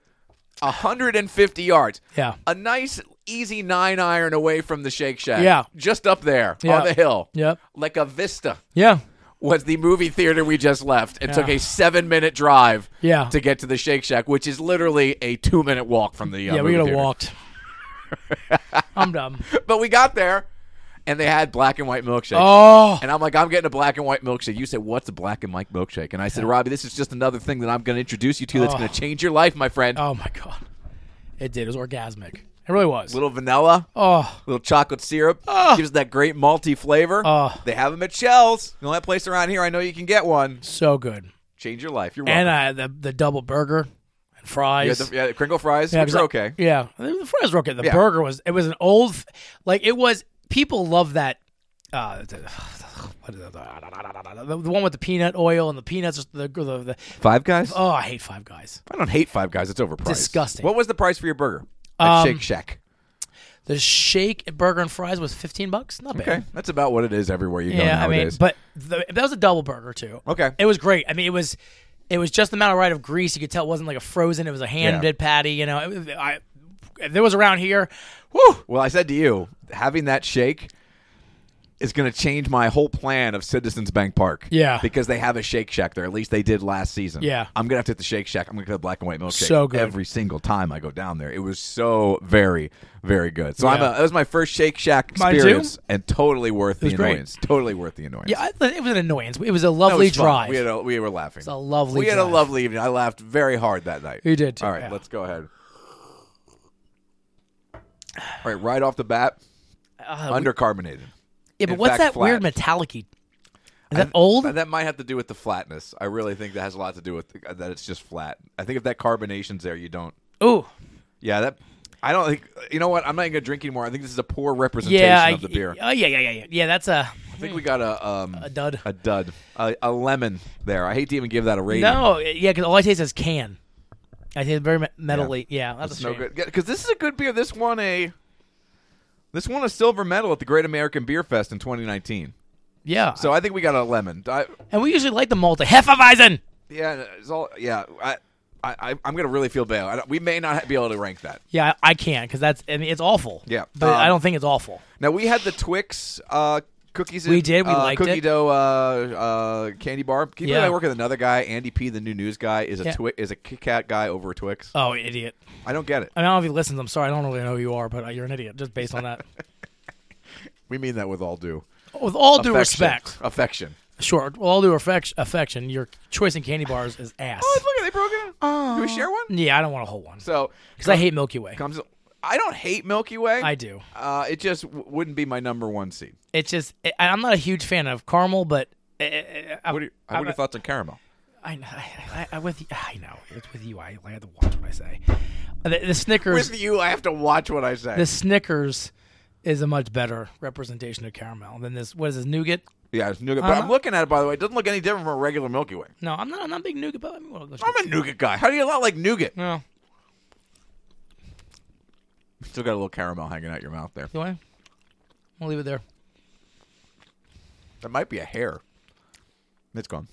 [SPEAKER 1] 150 yards.
[SPEAKER 2] Yeah.
[SPEAKER 1] A nice, easy nine iron away from the Shake Shack.
[SPEAKER 2] Yeah.
[SPEAKER 1] Just up there
[SPEAKER 2] Yeah.
[SPEAKER 1] on the hill.
[SPEAKER 2] Yep.
[SPEAKER 1] Like a vista
[SPEAKER 2] Yeah.
[SPEAKER 1] was the movie theater we just left. It took
[SPEAKER 2] Yeah.
[SPEAKER 1] a seven minute drive
[SPEAKER 2] Yeah.
[SPEAKER 1] to get to the Shake Shack, which is literally a two minute walk from the uh, <laughs>
[SPEAKER 2] yeah, we
[SPEAKER 1] movie
[SPEAKER 2] could have
[SPEAKER 1] <laughs> theater.
[SPEAKER 2] walked. I'm dumb.
[SPEAKER 1] But we got there, and they had black and white milkshake.
[SPEAKER 2] Oh.
[SPEAKER 1] And I'm like, I'm getting a black and white milkshake. You said, what's a black and white milkshake? And I said, Robbie, this is just another thing that I'm going to introduce you to that's
[SPEAKER 2] Oh.
[SPEAKER 1] going to change your life, my friend.
[SPEAKER 2] Oh my god, it did. It was orgasmic. It really was.
[SPEAKER 1] Little vanilla,
[SPEAKER 2] oh,
[SPEAKER 1] little chocolate syrup, gives that great malty flavor.
[SPEAKER 2] Oh.
[SPEAKER 1] They have them at Shell's. The only place around here I know you can get one.
[SPEAKER 2] so good.
[SPEAKER 1] Change your life. You're welcome.
[SPEAKER 2] And uh, the the double burger and
[SPEAKER 1] you
[SPEAKER 2] fries.
[SPEAKER 1] had the, yeah, the crinkle fries,
[SPEAKER 2] Yeah,
[SPEAKER 1] which
[SPEAKER 2] 'cause
[SPEAKER 1] are
[SPEAKER 2] I-
[SPEAKER 1] okay.
[SPEAKER 2] Yeah, the fries were okay. The
[SPEAKER 1] Yeah.
[SPEAKER 2] burger was it was an old, f- like it was. People love that. Uh, the, what is that? the one with the peanut oil and the peanuts. The, the, the
[SPEAKER 1] Five guys?
[SPEAKER 2] oh, I hate Five Guys.
[SPEAKER 1] I don't hate Five Guys. It's overpriced.
[SPEAKER 2] Disgusting.
[SPEAKER 1] What was the price for your burger at
[SPEAKER 2] Um,
[SPEAKER 1] Shake Shack?
[SPEAKER 2] The shake burger and fries was fifteen bucks. Not bad.
[SPEAKER 1] Okay, that's about what it is everywhere you go
[SPEAKER 2] Yeah, I mean,
[SPEAKER 1] nowadays.
[SPEAKER 2] but the, that was a double burger too.
[SPEAKER 1] Okay.
[SPEAKER 2] it was great. I mean, it was it was just the amount of right of grease. You could tell it wasn't like a frozen. It was a hand did patty. You know, it, was- I if there was around here. Whew,
[SPEAKER 1] well, I said to you, having that shake is going to change my whole plan of Citizens Bank Park.
[SPEAKER 2] Yeah.
[SPEAKER 1] because they have a Shake Shack there. At least they did last season.
[SPEAKER 2] Yeah.
[SPEAKER 1] I'm gonna have to hit the Shake Shack. I'm gonna get the black and white milkshake.
[SPEAKER 2] So good.
[SPEAKER 1] every single time I go down there. It was so very very good. So I'm
[SPEAKER 2] Yeah.
[SPEAKER 1] a, that was my first Shake Shack
[SPEAKER 2] Mine too.
[SPEAKER 1] experience, and totally worth the
[SPEAKER 2] was great.
[SPEAKER 1] annoyance. Totally worth the annoyance.
[SPEAKER 2] yeah, I- it was an annoyance. It was a
[SPEAKER 1] That
[SPEAKER 2] lovely
[SPEAKER 1] was fun.
[SPEAKER 2] drive.
[SPEAKER 1] We had a, we were laughing. It's
[SPEAKER 2] a lovely
[SPEAKER 1] We had a
[SPEAKER 2] drive.
[SPEAKER 1] lovely evening. I laughed very hard that night.
[SPEAKER 2] You did too,
[SPEAKER 1] All right,
[SPEAKER 2] yeah.
[SPEAKER 1] let's go ahead. All right, right off the bat,
[SPEAKER 2] Uh,
[SPEAKER 1] undercarbonated.
[SPEAKER 2] yeah, but
[SPEAKER 1] in
[SPEAKER 2] what's
[SPEAKER 1] fact,
[SPEAKER 2] that weird
[SPEAKER 1] flat.
[SPEAKER 2] metallic? Is that old?
[SPEAKER 1] That might have to do with the flatness. I really think that has a lot to do with the, that. It's just flat. I think if that carbonation's there, you don't.
[SPEAKER 2] Ooh,
[SPEAKER 1] Yeah, that. I don't think. You know what? I'm not even gonna drink anymore. I think this is a poor representation
[SPEAKER 2] yeah, I-
[SPEAKER 1] of the beer.
[SPEAKER 2] Oh yeah, yeah, yeah, yeah. Yeah, that's a
[SPEAKER 1] I think we got a um,
[SPEAKER 2] a dud.
[SPEAKER 1] a dud, a, a lemon there. I hate to even give that a rating.
[SPEAKER 2] No, yeah, because all I taste is can. I taste very me- metally. Yeah, that's
[SPEAKER 1] It's
[SPEAKER 2] a
[SPEAKER 1] no
[SPEAKER 2] shame.
[SPEAKER 1] good because this is a good beer. This won a this won a silver medal at the Great American Beer Fest in 2019.
[SPEAKER 2] Yeah,
[SPEAKER 1] So I think we got a lemon. I,
[SPEAKER 2] and we usually like the malt. Hefeweizen.
[SPEAKER 1] yeah, it's all yeah. I, I I'm gonna really feel bad. I don't- we may not be able to rank that.
[SPEAKER 2] Yeah, I I can't because that's I mean it's awful.
[SPEAKER 1] Yeah.
[SPEAKER 2] but I
[SPEAKER 1] Um,
[SPEAKER 2] don't think it's awful.
[SPEAKER 1] Now we had the Twix uh, cookies.
[SPEAKER 2] We
[SPEAKER 1] and,
[SPEAKER 2] did. We
[SPEAKER 1] uh,
[SPEAKER 2] liked
[SPEAKER 1] cookie
[SPEAKER 2] it.
[SPEAKER 1] dough uh, uh, candy bar. Keep yeah.
[SPEAKER 2] Yeah.
[SPEAKER 1] I work with another guy, Andy P, the new news guy, is a
[SPEAKER 2] Yeah.
[SPEAKER 1] Twi- is a Kit Kat guy over a Twix.
[SPEAKER 2] Oh, idiot!
[SPEAKER 1] I don't get it.
[SPEAKER 2] I, mean, I don't know if he listens. I'm sorry. I don't really know who you are, but uh, you're an idiot just based
[SPEAKER 1] <laughs>
[SPEAKER 2] on that.
[SPEAKER 1] We mean that with all due
[SPEAKER 2] With all due
[SPEAKER 1] Affection.
[SPEAKER 2] respect,
[SPEAKER 1] Affection.
[SPEAKER 2] sure. With all due affection, affection, your choice in candy bars is
[SPEAKER 1] <laughs>
[SPEAKER 2] ass.
[SPEAKER 1] Oh, look at they broke it. Can we share one?
[SPEAKER 2] yeah, I don't want a whole one Uh, because
[SPEAKER 1] So
[SPEAKER 2] I hate Milky Way.
[SPEAKER 1] comes. I don't hate Milky Way.
[SPEAKER 2] I do.
[SPEAKER 1] Uh, it just w- wouldn't be my number one seed.
[SPEAKER 2] It's just I- I'm not a huge fan of caramel, but uh, I,
[SPEAKER 1] What are, your- what are your thoughts on caramel?
[SPEAKER 2] I, know- I, I, I with I know it's with you. I, I had to watch what I say. The, the Snickers,
[SPEAKER 1] With you, I have to watch what I say.
[SPEAKER 2] the Snickers, is a much better representation of caramel than this. What is this nougat?
[SPEAKER 1] yeah, it's nougat. But I'm looking at it by the way. It doesn't look any different from a regular Milky Way.
[SPEAKER 2] No, I'm not. I'm not a big nougat, but I mean, well, let's-
[SPEAKER 1] I'm a nougat guy. How do you not like nougat?
[SPEAKER 2] no.
[SPEAKER 1] Still got a little caramel hanging out your mouth there.
[SPEAKER 2] Do I? We'll leave it there.
[SPEAKER 1] That might be a hair. It's gone.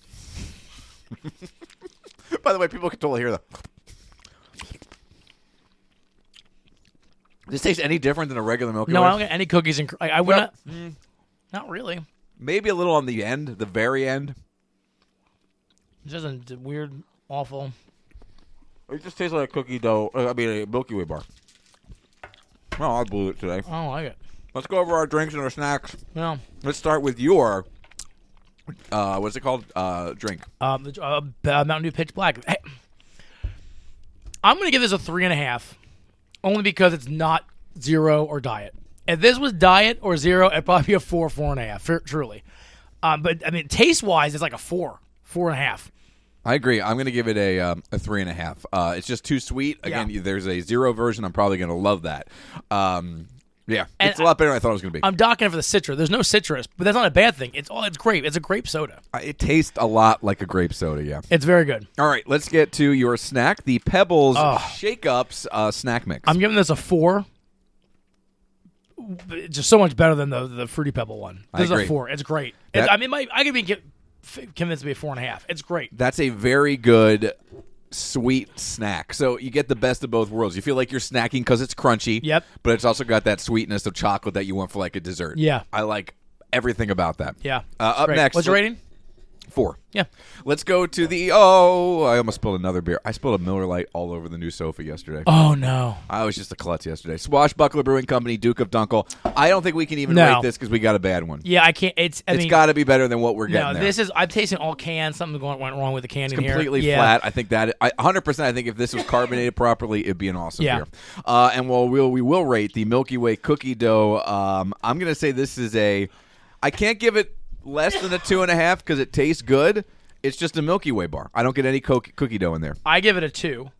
[SPEAKER 1] <laughs> by the way, people can totally hear that. This tastes any different than a regular Milky
[SPEAKER 2] No,
[SPEAKER 1] Way?
[SPEAKER 2] I don't get any cookies and. cr- I, I would
[SPEAKER 1] Well-
[SPEAKER 2] not. Not really.
[SPEAKER 1] Maybe a little on the end, the very end.
[SPEAKER 2] It's just a d- weird, awful.
[SPEAKER 1] It just tastes like a cookie dough. uh, I mean, a Milky Way bar. Well, I blew it today.
[SPEAKER 2] I don't like it.
[SPEAKER 1] Let's go over our drinks and our snacks.
[SPEAKER 2] No.
[SPEAKER 1] Let's start with your, uh, what's it called? Uh, drink.
[SPEAKER 2] Um, the- uh, b- uh, Mountain Dew Pitch Black. Hey, I'm gonna give this a three and a half, only because it's not zero or diet. If this was diet or zero, it'd probably be a four, four and a half. fair- truly, um, but I mean, taste wise, it's like a four, four and a half.
[SPEAKER 1] I agree. I'm going to give it a um, a three and a half. Uh, it's just too sweet. Again,
[SPEAKER 2] Yeah.
[SPEAKER 1] there's a zero version. I'm probably going to love that. Um, yeah,
[SPEAKER 2] And
[SPEAKER 1] it's a lot better than I thought it was going to be.
[SPEAKER 2] I'm docking it for the citrus. There's no citrus, but that's not a bad thing. It's all it's grape. It's a grape soda.
[SPEAKER 1] Uh, it tastes a lot like a grape soda. Yeah.
[SPEAKER 2] It's very good.
[SPEAKER 1] All right, let's get to your snack, the Pebbles
[SPEAKER 2] Ugh.
[SPEAKER 1] Shake Ups uh, snack mix.
[SPEAKER 2] I'm giving this a four. Just so much better than the the fruity pebble one.
[SPEAKER 1] I
[SPEAKER 2] This is
[SPEAKER 1] agree.
[SPEAKER 2] a four. It's great. It's-
[SPEAKER 1] That-
[SPEAKER 2] I mean, my, I could be con- f- convinced to be a four and a half. It's great.
[SPEAKER 1] That's a very good sweet snack. So you get the best of both worlds. You feel like you're snacking because it's crunchy.
[SPEAKER 2] Yep.
[SPEAKER 1] But it's also got that sweetness of chocolate that you want for like a dessert.
[SPEAKER 2] Yeah.
[SPEAKER 1] I like everything about that.
[SPEAKER 2] Yeah.
[SPEAKER 1] Uh, up
[SPEAKER 2] Great.
[SPEAKER 1] next,
[SPEAKER 2] What's your
[SPEAKER 1] let-
[SPEAKER 2] rating?
[SPEAKER 1] Four.
[SPEAKER 2] Yeah.
[SPEAKER 1] Let's go to the. Oh, I almost spilled another beer. I spilled a Miller Lite all over the new sofa yesterday.
[SPEAKER 2] Oh no.
[SPEAKER 1] I was just a klutz yesterday. Swashbuckler Brewing Company, Duke of Dunkel. I don't think we can even
[SPEAKER 2] No.
[SPEAKER 1] rate this because we got a bad one.
[SPEAKER 2] Yeah, I can't. It's. I
[SPEAKER 1] It's
[SPEAKER 2] mean,
[SPEAKER 1] got to be better than what we're getting
[SPEAKER 2] no.
[SPEAKER 1] there.
[SPEAKER 2] This is. I'm tasting all canned. Something going, went wrong with the can in here.
[SPEAKER 1] completely
[SPEAKER 2] Yeah.
[SPEAKER 1] flat. I think that I, 100%. I think if this was carbonated <laughs> properly, it'd be an awesome
[SPEAKER 2] Yeah.
[SPEAKER 1] beer. Uh, and while we'll, we will rate the Milky Way cookie dough, um, I'm going to say this is a. I can't give it less than a two and a half because it tastes good. It's just a Milky Way bar. I don't get any co- cookie dough in there.
[SPEAKER 2] I give it a two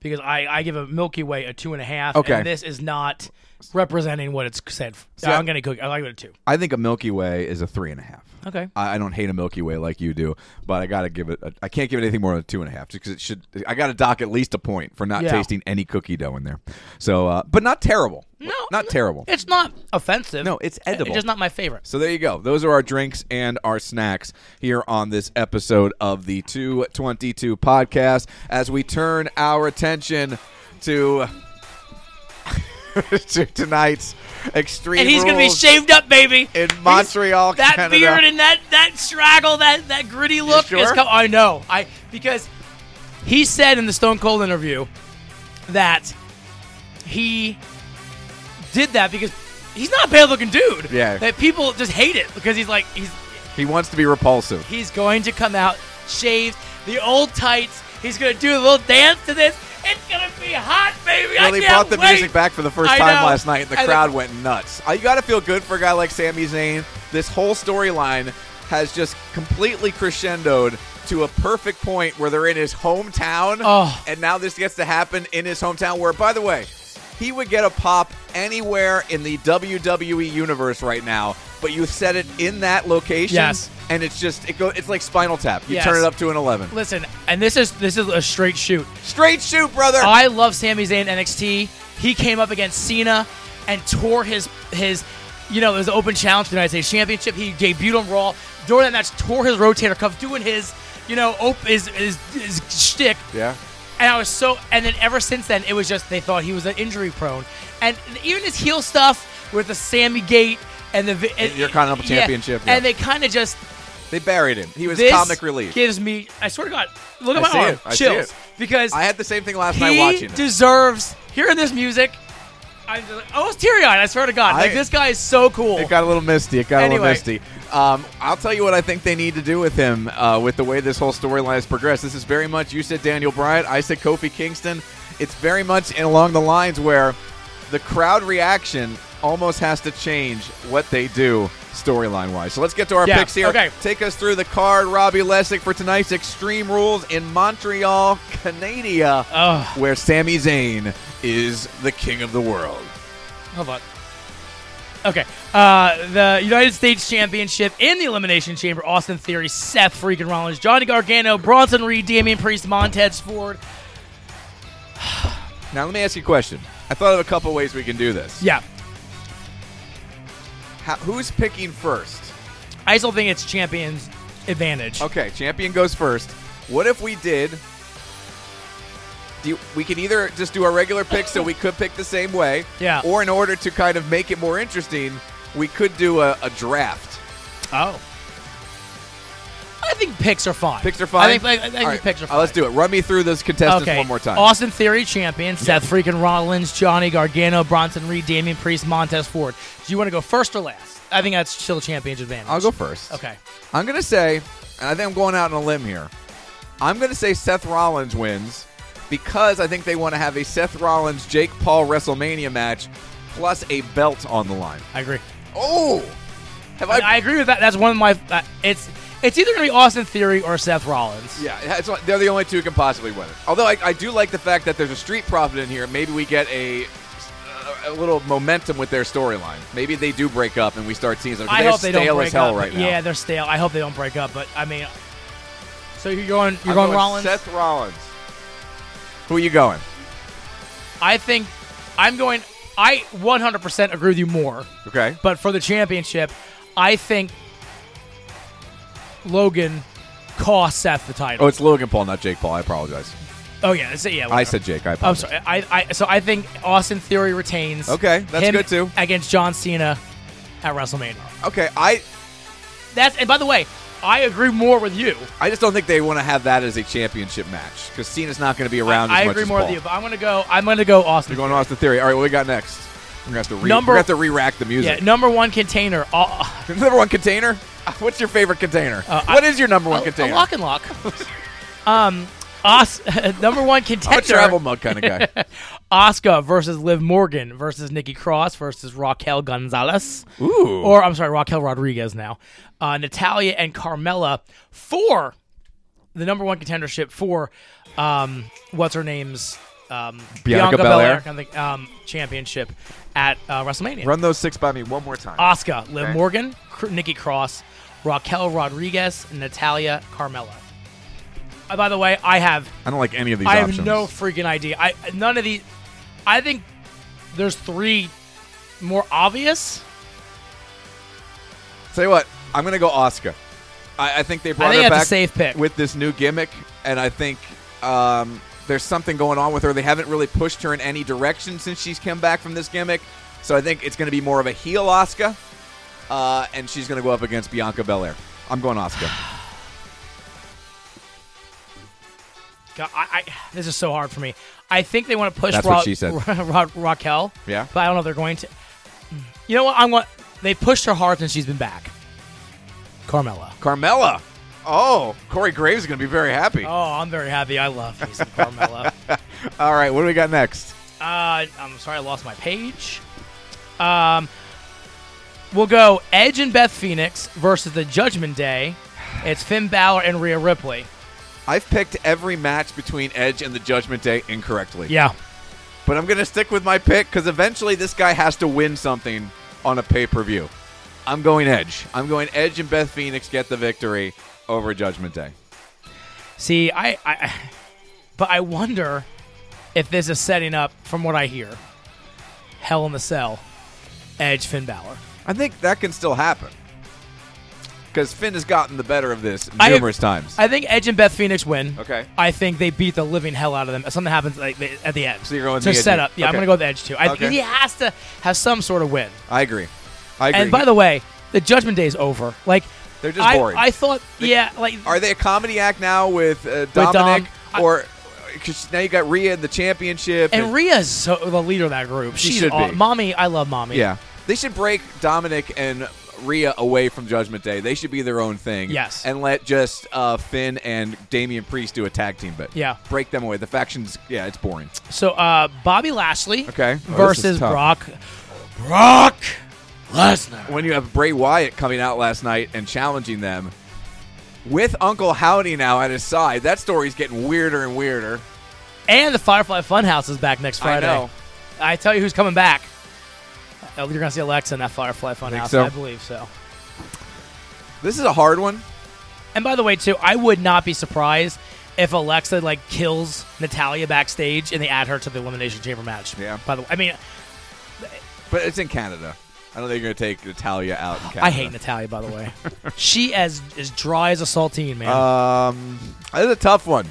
[SPEAKER 2] because I, I give a Milky Way a two and a half.
[SPEAKER 1] Okay.
[SPEAKER 2] And this is not representing what it's said. So I'm gonna cook. I give it a two.
[SPEAKER 1] I think a Milky Way is a three and a half.
[SPEAKER 2] Okay.
[SPEAKER 1] I, I don't hate a Milky Way like you do, but I gotta give it. A, I can't give it anything more than a two and a half, just because it should. I gotta dock at least a point for not
[SPEAKER 2] Yeah.
[SPEAKER 1] tasting any cookie dough in there. So, uh, but not terrible.
[SPEAKER 2] No,
[SPEAKER 1] not terrible.
[SPEAKER 2] It's not offensive.
[SPEAKER 1] No, it's edible.
[SPEAKER 2] It's just not my favorite.
[SPEAKER 1] So there you go. Those are our drinks and our snacks here on this episode of the 222 podcast as we turn our attention to, <laughs> to tonight's extreme
[SPEAKER 2] And he's gonna be
[SPEAKER 1] Rules
[SPEAKER 2] shaved up, baby.
[SPEAKER 1] in Montreal,
[SPEAKER 2] that
[SPEAKER 1] Canada.
[SPEAKER 2] beard and that that straggle, that that gritty look is
[SPEAKER 1] sure?
[SPEAKER 2] com- I know. I because he said in the Stone Cold interview that he did that because he's not a bad looking dude.
[SPEAKER 1] Yeah.
[SPEAKER 2] That people just hate it because he's like he's
[SPEAKER 1] he wants to be repulsive.
[SPEAKER 2] he's going to come out shaved, the old tights. He's gonna do a little dance to this. It's gonna be hot, baby. I
[SPEAKER 1] Well, he
[SPEAKER 2] can't
[SPEAKER 1] brought the
[SPEAKER 2] wait.
[SPEAKER 1] music back for the first
[SPEAKER 2] I
[SPEAKER 1] time
[SPEAKER 2] know.
[SPEAKER 1] last night, and the
[SPEAKER 2] I
[SPEAKER 1] crowd
[SPEAKER 2] think-
[SPEAKER 1] went nuts. Uh, You got to feel good for a guy like Sami Zayn. This whole storyline has just completely crescendoed to a perfect point where they're in his hometown,
[SPEAKER 2] Oh.
[SPEAKER 1] and now this gets to happen in his hometown. Where, by the way, he would get a pop anywhere in the WWE universe right now, but you set it in that location,
[SPEAKER 2] Yes.
[SPEAKER 1] and it's just it go. It's like Spinal Tap. You
[SPEAKER 2] Yes.
[SPEAKER 1] turn it up to an eleven.
[SPEAKER 2] Listen, and this is this is a straight shoot.
[SPEAKER 1] Straight shoot, brother.
[SPEAKER 2] I love Sami Zayn NXT. He came up against Cena and tore his his you know, it was the open challenge for the United States Championship. He debuted on Raw. During that match, tore his rotator cuff, doing his, you know, op- his, his, his shtick.
[SPEAKER 1] yeah.
[SPEAKER 2] And I was so, and then ever since then, it was just they thought he was an injury prone, and even his heel stuff with the Sammy Gate and the vi- and,
[SPEAKER 1] Intercontinental Championship, yeah.
[SPEAKER 2] and they kind of just
[SPEAKER 1] They buried him. He was
[SPEAKER 2] this
[SPEAKER 1] comic relief.
[SPEAKER 2] gives me. I swear to God, look at
[SPEAKER 1] I
[SPEAKER 2] my
[SPEAKER 1] see
[SPEAKER 2] arm,
[SPEAKER 1] it. I see
[SPEAKER 2] chills
[SPEAKER 1] it.
[SPEAKER 2] because
[SPEAKER 1] I had the same thing last
[SPEAKER 2] he
[SPEAKER 1] night watching. it.
[SPEAKER 2] deserves hearing this music. I'm just like, I was teary eyed. I swear to God,
[SPEAKER 1] I-
[SPEAKER 2] like this guy is so cool.
[SPEAKER 1] It got a little misty. It got a little
[SPEAKER 2] Anyway.
[SPEAKER 1] misty. Um, I'll tell you what I think they need to do with him uh, with the way this whole storyline has progressed. This is very much, you said Daniel Bryant, I said Kofi Kingston. It's very much in along the lines where the crowd reaction almost has to change what they do storyline wise. So let's get to our
[SPEAKER 2] Yeah,
[SPEAKER 1] picks here.
[SPEAKER 2] okay.
[SPEAKER 1] Take us through the card, Robbie Lessig, for tonight's Extreme Rules in Montreal, Canada,
[SPEAKER 2] Ugh.
[SPEAKER 1] where Sami Zayn is the king of the world.
[SPEAKER 2] Hold on. Okay. Uh, the United States Championship in the Elimination Chamber. Austin Theory, Seth freaking Rollins, Johnny Gargano, Bronson Reed, Damian Priest, Montez Ford.
[SPEAKER 1] Now let me ask you a question. I thought of a couple ways we can do this.
[SPEAKER 2] Yeah.
[SPEAKER 1] How, who's picking first?
[SPEAKER 2] I still think it's champions advantage.
[SPEAKER 1] Okay, champion goes first. What if we did? Do you, we can either just do our regular picks, so we could pick the same way.
[SPEAKER 2] Yeah.
[SPEAKER 1] Or in order to kind of make it more interesting, we could do a, a draft.
[SPEAKER 2] Oh. I think picks are fine.
[SPEAKER 1] Picks are fine.
[SPEAKER 2] I think, I, I think
[SPEAKER 1] All right,
[SPEAKER 2] picks are
[SPEAKER 1] uh,
[SPEAKER 2] fine.
[SPEAKER 1] let's do it. Run me through those contestants
[SPEAKER 2] Okay.
[SPEAKER 1] one more time.
[SPEAKER 2] Austin Theory champion, Seth freaking Rollins, Johnny Gargano, Bronson Reed, Damian Priest, Montez Ford. Do you want to go first or last? I think that's still champions advantage.
[SPEAKER 1] I'll go first.
[SPEAKER 2] Okay.
[SPEAKER 1] I'm gonna say, and I think I'm going out on a limb here. I'm gonna say Seth Rollins wins because I think they want to have a Seth Rollins Jake Paul WrestleMania match plus a belt on the line.
[SPEAKER 2] I agree.
[SPEAKER 1] Oh, have I?
[SPEAKER 2] I agree with that. That's one of my. Uh, it's it's either gonna be Austin Theory or Seth Rollins.
[SPEAKER 1] yeah, that's why- they're the only two who can possibly win it. Although I, I do like the fact that there's a street profit in here. Maybe we get a. A little momentum with their storyline. Maybe they do break up and we start seeing something.
[SPEAKER 2] I
[SPEAKER 1] They're
[SPEAKER 2] hope they
[SPEAKER 1] stale
[SPEAKER 2] don't break
[SPEAKER 1] as hell
[SPEAKER 2] up.
[SPEAKER 1] right now.
[SPEAKER 2] Yeah, they're stale. I hope they don't break up. But I mean, so you're going you're
[SPEAKER 1] I'm
[SPEAKER 2] going, Rollins.
[SPEAKER 1] Seth Rollins. Who are you going?
[SPEAKER 2] I think I'm going. I 100% agree with you more.
[SPEAKER 1] Okay.
[SPEAKER 2] But for the championship, I think Logan cost Seth the title.
[SPEAKER 1] Oh, it's Logan Paul, not Jake Paul. I apologize.
[SPEAKER 2] Oh, yeah, that's it, yeah.
[SPEAKER 1] I
[SPEAKER 2] whatever.
[SPEAKER 1] said Jake. I
[SPEAKER 2] I'm
[SPEAKER 1] apologize.
[SPEAKER 2] sorry. I, I so I think Austin Theory retains.
[SPEAKER 1] Okay, that's
[SPEAKER 2] him
[SPEAKER 1] good, too.
[SPEAKER 2] Against John Cena at WrestleMania.
[SPEAKER 1] Okay, I
[SPEAKER 2] That's and by the way, I agree more with you.
[SPEAKER 1] I just don't think they want to have that as a championship match because Cena's not going to be around.
[SPEAKER 2] I
[SPEAKER 1] as much
[SPEAKER 2] agree
[SPEAKER 1] as
[SPEAKER 2] more
[SPEAKER 1] Paul.
[SPEAKER 2] with you. But I'm gonna go. I'm gonna go Austin.
[SPEAKER 1] You're going off the theory. All right, what we got next? We're gonna have to re-
[SPEAKER 2] Number-
[SPEAKER 1] we're gonna have to re-rack the
[SPEAKER 2] yeah,
[SPEAKER 1] music.
[SPEAKER 2] number one container. Uh,
[SPEAKER 1] <laughs> number one container. What's your favorite container?
[SPEAKER 2] I-
[SPEAKER 1] what is your number one
[SPEAKER 2] a-
[SPEAKER 1] container?
[SPEAKER 2] A uh, lock and lock. <laughs> um, Os- <laughs> number one
[SPEAKER 1] I'm a travel
[SPEAKER 2] contender.
[SPEAKER 1] mug kind of <laughs> guy.
[SPEAKER 2] Oscar versus Liv Morgan versus Nikki Cross versus Raquel Gonzalez.
[SPEAKER 1] Ooh.
[SPEAKER 2] Or I'm sorry, Raquel Rodriguez now. Uh, Natalia and Carmella for the number one contendership for um, what's her name's um,
[SPEAKER 1] Bianca Belair.
[SPEAKER 2] kind of thing, um, championship at uh, WrestleMania.
[SPEAKER 1] Run those six by me one more time.
[SPEAKER 2] Oscar, Liv
[SPEAKER 1] Okay.
[SPEAKER 2] Morgan, Cr- Nikki Cross, Raquel Rodriguez, Natalia Carmella. Uh, by the way, I have
[SPEAKER 1] I don't like any of these
[SPEAKER 2] I
[SPEAKER 1] options.
[SPEAKER 2] have no freaking idea. I none of these. I think there's three more obvious.
[SPEAKER 1] Tell you what, I'm gonna go Oscar. I, I think they brought
[SPEAKER 2] think
[SPEAKER 1] her
[SPEAKER 2] that's a
[SPEAKER 1] back
[SPEAKER 2] safe pick.
[SPEAKER 1] with this new gimmick, and I think um, there's something going on with her. They haven't really pushed her in any direction since she's come back from this gimmick, so I think it's gonna be more of a heel Oscar, uh, and she's gonna go up against Bianca Belair. I'm going
[SPEAKER 2] <sighs>
[SPEAKER 1] Oscar.
[SPEAKER 2] God, I, I, this is so hard for me. I think they want to push
[SPEAKER 1] That's
[SPEAKER 2] Ra-
[SPEAKER 1] what she said.
[SPEAKER 2] Ra- <laughs> Ra- Raquel.
[SPEAKER 1] Yeah.
[SPEAKER 2] But I don't know if they're going to. You know what? I'm going. They pushed her hard since she's been back. Carmella.
[SPEAKER 1] Carmella. Oh, Corey Graves is gonna be very happy.
[SPEAKER 2] Oh, I'm very happy. I love me some <laughs> Carmella.
[SPEAKER 1] All right, what do we got next?
[SPEAKER 2] Uh, I'm sorry, I lost my page. Um, we'll go Edge and Beth Phoenix versus the Judgment Day. It's Finn Balor and Rhea Ripley.
[SPEAKER 1] I've picked every match between Edge and the Judgment Day incorrectly.
[SPEAKER 2] Yeah,
[SPEAKER 1] But I'm going to stick with my pick because eventually this guy has to win something on a pay per view. I'm going Edge. I'm going Edge and Beth Phoenix get the victory over Judgment Day.
[SPEAKER 2] See, I, I, I- but I wonder if this is setting up, from what I hear, Hell in the Cell, Edge, Finn Balor.
[SPEAKER 1] I think that can still happen because Finn has gotten the better of this
[SPEAKER 2] I-
[SPEAKER 1] numerous times.
[SPEAKER 2] I think Edge and Beth Phoenix win.
[SPEAKER 1] Okay.
[SPEAKER 2] I think they beat the living hell out of them. Something happens like they- at the end.
[SPEAKER 1] So you're going with
[SPEAKER 2] to
[SPEAKER 1] the Edge
[SPEAKER 2] set
[SPEAKER 1] here.
[SPEAKER 2] up. Yeah, I'm
[SPEAKER 1] Okay.
[SPEAKER 2] going to go with Edge too. I
[SPEAKER 1] Okay.
[SPEAKER 2] think he has to have some sort of win.
[SPEAKER 1] I agree. I agree.
[SPEAKER 2] And by the way, the Judgment Day is over. Like
[SPEAKER 1] They're just
[SPEAKER 2] I,
[SPEAKER 1] boring.
[SPEAKER 2] I thought, yeah, like
[SPEAKER 1] Are they a comedy act now with uh,
[SPEAKER 2] Dom.
[SPEAKER 1] Dominic
[SPEAKER 2] I-
[SPEAKER 1] or? Because now you got Rhea in the championship.
[SPEAKER 2] and Rhea's so, the leader of that group.
[SPEAKER 1] She
[SPEAKER 2] She's
[SPEAKER 1] should be.
[SPEAKER 2] aw- mommy. I love mommy.
[SPEAKER 1] Yeah. They should break Dominic and Rhea away from Judgment Day. They should be their own thing.
[SPEAKER 2] Yes.
[SPEAKER 1] And let just uh, Finn and Damian Priest do a tag team bit.
[SPEAKER 2] Yeah.
[SPEAKER 1] Break them away. The factions, yeah, it's boring.
[SPEAKER 2] So uh, Bobby Lashley
[SPEAKER 1] Okay. Oh, this is
[SPEAKER 2] versus
[SPEAKER 1] tough.
[SPEAKER 2] Brock. Brock Lesnar.
[SPEAKER 1] When you have Bray Wyatt coming out last night and challenging them with Uncle Howdy now at his side, that story's getting weirder and weirder.
[SPEAKER 2] And the Firefly Funhouse is back next Friday.
[SPEAKER 1] I know.
[SPEAKER 2] I tell you who's coming back. Uh, You're gonna see Alexa in that Firefly Funhouse.
[SPEAKER 1] so?
[SPEAKER 2] I believe so.
[SPEAKER 1] This is a hard one.
[SPEAKER 2] And by the way, too, I would not be surprised if Alexa like kills Natalia backstage and they add her to the Elimination Chamber match.
[SPEAKER 1] Yeah.
[SPEAKER 2] By the way, I mean
[SPEAKER 1] But it's in Canada. I don't think you're going to take Natalia out in Canada.
[SPEAKER 2] I hate Natalia, by the way. <laughs> she as as dry as a saltine, man.
[SPEAKER 1] Um, this is a tough one.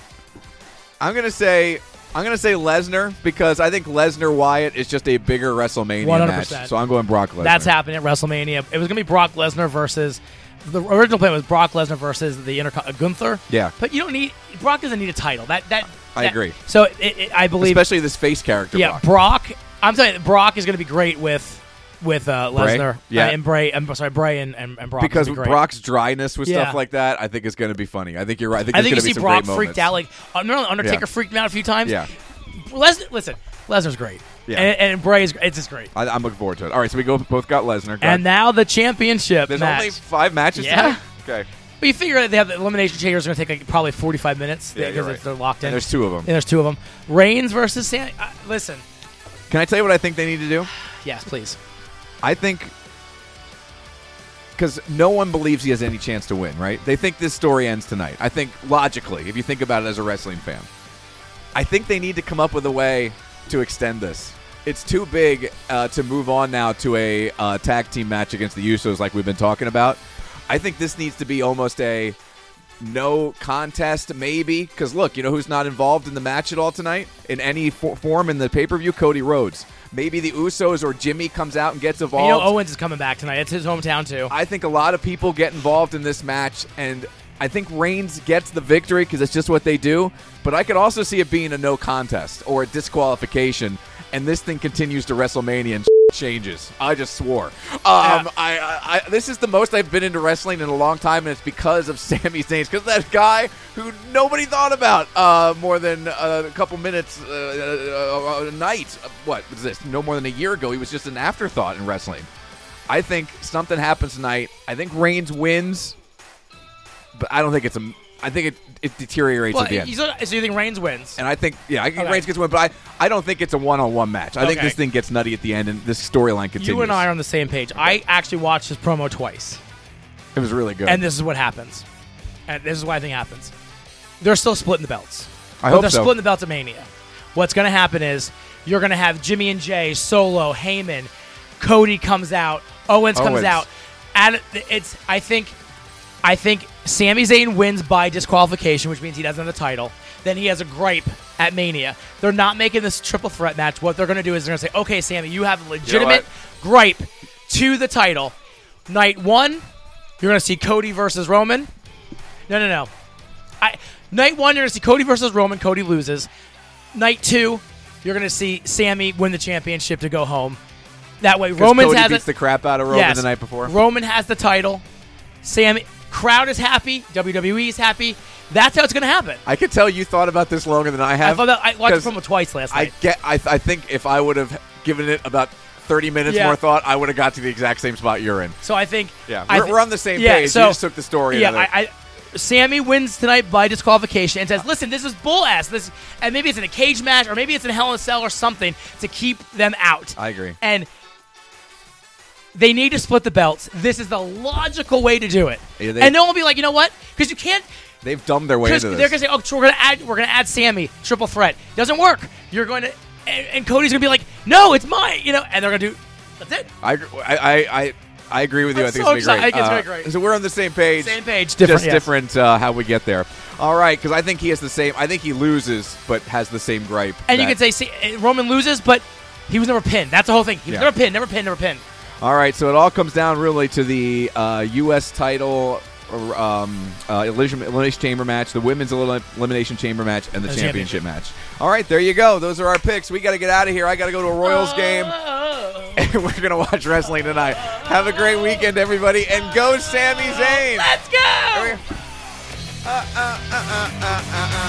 [SPEAKER 1] I'm gonna say I'm gonna say Lesnar because I think Lesnar Wyatt is just a bigger WrestleMania
[SPEAKER 2] 100%.
[SPEAKER 1] match. So I'm going Brock Lesnar.
[SPEAKER 2] That's happening at WrestleMania. It was gonna be Brock Lesnar versus the original plan was Brock Lesnar versus the Intercon uh, Gunther.
[SPEAKER 1] Yeah.
[SPEAKER 2] But you don't need Brock doesn't need a title. That that
[SPEAKER 1] I
[SPEAKER 2] that-
[SPEAKER 1] agree.
[SPEAKER 2] So it, it, I believe
[SPEAKER 1] especially this face character.
[SPEAKER 2] yeah,
[SPEAKER 1] Brock.
[SPEAKER 2] Brock. I'm telling you, Brock is going to be great with with uh,
[SPEAKER 1] Bray?
[SPEAKER 2] Lesnar.
[SPEAKER 1] Yeah.
[SPEAKER 2] uh, and Bray. I'm sorry, Bray and, and, and Brock. is
[SPEAKER 1] because
[SPEAKER 2] gonna be
[SPEAKER 1] with
[SPEAKER 2] great.
[SPEAKER 1] Brock's dryness with
[SPEAKER 2] Yeah.
[SPEAKER 1] stuff like that, I think it's gonna be funny. I think you're right. I think,
[SPEAKER 2] I
[SPEAKER 1] there's gonna be
[SPEAKER 2] think you see
[SPEAKER 1] some
[SPEAKER 2] Brock
[SPEAKER 1] great
[SPEAKER 2] freaked
[SPEAKER 1] moments.
[SPEAKER 2] out. Like uh, no, no, Undertaker
[SPEAKER 1] Yeah.
[SPEAKER 2] freaked him out a few times.
[SPEAKER 1] Yeah.
[SPEAKER 2] Les- listen, Lesnar's great.
[SPEAKER 1] Yeah.
[SPEAKER 2] And, and Bray is. It's just great.
[SPEAKER 1] I, I'm looking forward to it. All right, so we go both got Lesnar. Got-
[SPEAKER 2] And now the championship
[SPEAKER 1] there's
[SPEAKER 2] match.
[SPEAKER 1] only five matches.
[SPEAKER 2] Yeah.
[SPEAKER 1] Today? Okay.
[SPEAKER 2] but you figure that they have the elimination chamber is going to take like probably 45 minutes
[SPEAKER 1] Yeah, you're
[SPEAKER 2] because
[SPEAKER 1] right.
[SPEAKER 2] they're locked in.
[SPEAKER 1] And there's two of them.
[SPEAKER 2] And there's two of them. Reigns versus San. Uh, listen,
[SPEAKER 1] Can I tell you what I think they need to do?
[SPEAKER 2] yes, please.
[SPEAKER 1] I think because no one believes he has any chance to win, right? They think this story ends tonight. I think logically, if you think about it as a wrestling fan, I think they need to come up with a way to extend this. It's too big uh, to move on now to a uh, tag team match against the Usos, like we've been talking about. I think this needs to be almost a no contest, maybe. Because look, you know who's not involved in the match at all tonight in any for- form in the pay per view? Cody Rhodes. Maybe the Usos or Jimmy comes out and gets
[SPEAKER 2] You
[SPEAKER 1] involved.
[SPEAKER 2] know, Owens is coming back tonight. It's his hometown too.
[SPEAKER 1] I think a lot of people get involved in this match, and I think Reigns gets the victory because it's just what they do. But I could also see it being a no contest or a disqualification, and this thing continues to WrestleMania and <laughs> changes. I just swore. Um, I, I, I this is the most I've been into wrestling in a long time, and it's because of <laughs> Sami Zayn, because that guy who nobody thought about uh, more than uh, a couple minutes uh, uh, a night. What was this? No more than a year ago, he was just an afterthought in wrestling. I think something happens tonight. I think Reigns wins, but I don't think it's a. I think it it deteriorates
[SPEAKER 2] Well,
[SPEAKER 1] at the end.
[SPEAKER 2] he's not- so you think Reigns wins?
[SPEAKER 1] and I think yeah, I think
[SPEAKER 2] Okay.
[SPEAKER 1] Reigns gets a win, but I, I don't think it's a one on one match. I think
[SPEAKER 2] Okay.
[SPEAKER 1] this thing gets nutty at the end, and this storyline continues.
[SPEAKER 2] You and I are on the same page. I actually watched his promo twice,
[SPEAKER 1] It was really good.
[SPEAKER 2] and this is what happens. And this is what I think happens. They're still splitting the belts.
[SPEAKER 1] I
[SPEAKER 2] But
[SPEAKER 1] hope
[SPEAKER 2] they're
[SPEAKER 1] so.
[SPEAKER 2] splitting the belts at Mania. What's going to happen is you're going to have Jimmy and Jay, Solo, Heyman, Cody comes out, Owens comes
[SPEAKER 1] Owens.
[SPEAKER 2] out. And it's I think I think Sami Zayn wins by disqualification, which means he doesn't have the title. Then he has a gripe at Mania. They're not making this triple threat match. What they're going to do is they're going to say, "Okay, Sammy, you have a legitimate gripe to the title." Night one, you're going to see Cody versus Roman. No, no, no. I, night one, you're going to see Cody versus Roman. Cody loses. Night two, you're going to see Sammy win the championship to go home. That way,
[SPEAKER 1] 'Cause
[SPEAKER 2] Roman
[SPEAKER 1] Cody
[SPEAKER 2] has
[SPEAKER 1] beats
[SPEAKER 2] it.
[SPEAKER 1] the crap out of Roman
[SPEAKER 2] Yes.
[SPEAKER 1] the night before.
[SPEAKER 2] Roman has the title. Sammy crowd is happy. WWE is happy. That's how it's going to happen.
[SPEAKER 1] I could tell you thought about this longer than I
[SPEAKER 2] I,
[SPEAKER 1] have.
[SPEAKER 2] thought that, I watched
[SPEAKER 1] 'cause
[SPEAKER 2] the promo twice last
[SPEAKER 1] I
[SPEAKER 2] night.
[SPEAKER 1] get. I, I think if I would have given it about thirty minutes
[SPEAKER 2] Yeah.
[SPEAKER 1] more thought, I would have got to the exact same spot you're in.
[SPEAKER 2] So I think
[SPEAKER 1] Yeah,
[SPEAKER 2] I
[SPEAKER 1] we're-
[SPEAKER 2] thi-
[SPEAKER 1] we're on the same
[SPEAKER 2] yeah,
[SPEAKER 1] page. You
[SPEAKER 2] So,
[SPEAKER 1] just took the story
[SPEAKER 2] Yeah,
[SPEAKER 1] another- Uh.
[SPEAKER 2] I, I, Sammy wins tonight by disqualification and says, "Listen, this is bull ass. This, and maybe it's in a cage match, or maybe it's in Hell in a Cell, or something to keep them out."
[SPEAKER 1] I agree.
[SPEAKER 2] And they need to split the belts. This is the logical way to do it.
[SPEAKER 1] Yeah, they-
[SPEAKER 2] and no one will be like, you know what? Because you can't.
[SPEAKER 1] They've dumbed their way
[SPEAKER 2] Because
[SPEAKER 1] into
[SPEAKER 2] they're gonna
[SPEAKER 1] this.
[SPEAKER 2] say, "Oh, so we're gonna add, we're gonna add Sammy triple threat." Doesn't work. You're going to, and, and Cody's gonna be like, "No, it's mine," you know, and they're gonna do. That's it.
[SPEAKER 1] I, I, I, I agree with you.
[SPEAKER 2] I'm
[SPEAKER 1] I think
[SPEAKER 2] so
[SPEAKER 1] it's gonna be great.
[SPEAKER 2] excited. I think
[SPEAKER 1] Uh,
[SPEAKER 2] it's gonna be great.
[SPEAKER 1] So we're on the same page.
[SPEAKER 2] Same page, different.
[SPEAKER 1] just
[SPEAKER 2] yes.
[SPEAKER 1] different uh, how we get there. All right, because I think he has the same. I think he loses, but has the same gripe.
[SPEAKER 2] And you
[SPEAKER 1] that-
[SPEAKER 2] could say see, uh, Roman loses, but he was never pinned. That's the whole thing. He was
[SPEAKER 1] Yeah.
[SPEAKER 2] never pinned, never pinned, never pinned.
[SPEAKER 1] All right, so it all comes down really to the uh, U.S. title. or, Um, uh, elimination, elimination chamber match, the women's elim- elimination chamber match, and the,
[SPEAKER 2] The
[SPEAKER 1] championship, match. All right, there you go. Those are our picks. We got to get out of here. I got to go to a Royals
[SPEAKER 2] Oh.
[SPEAKER 1] game, <laughs> and we're gonna watch wrestling tonight. Have a great weekend, everybody, and go Sami Zayn.
[SPEAKER 2] Let's go.
[SPEAKER 1] Uh, uh, uh, uh, uh, uh, uh.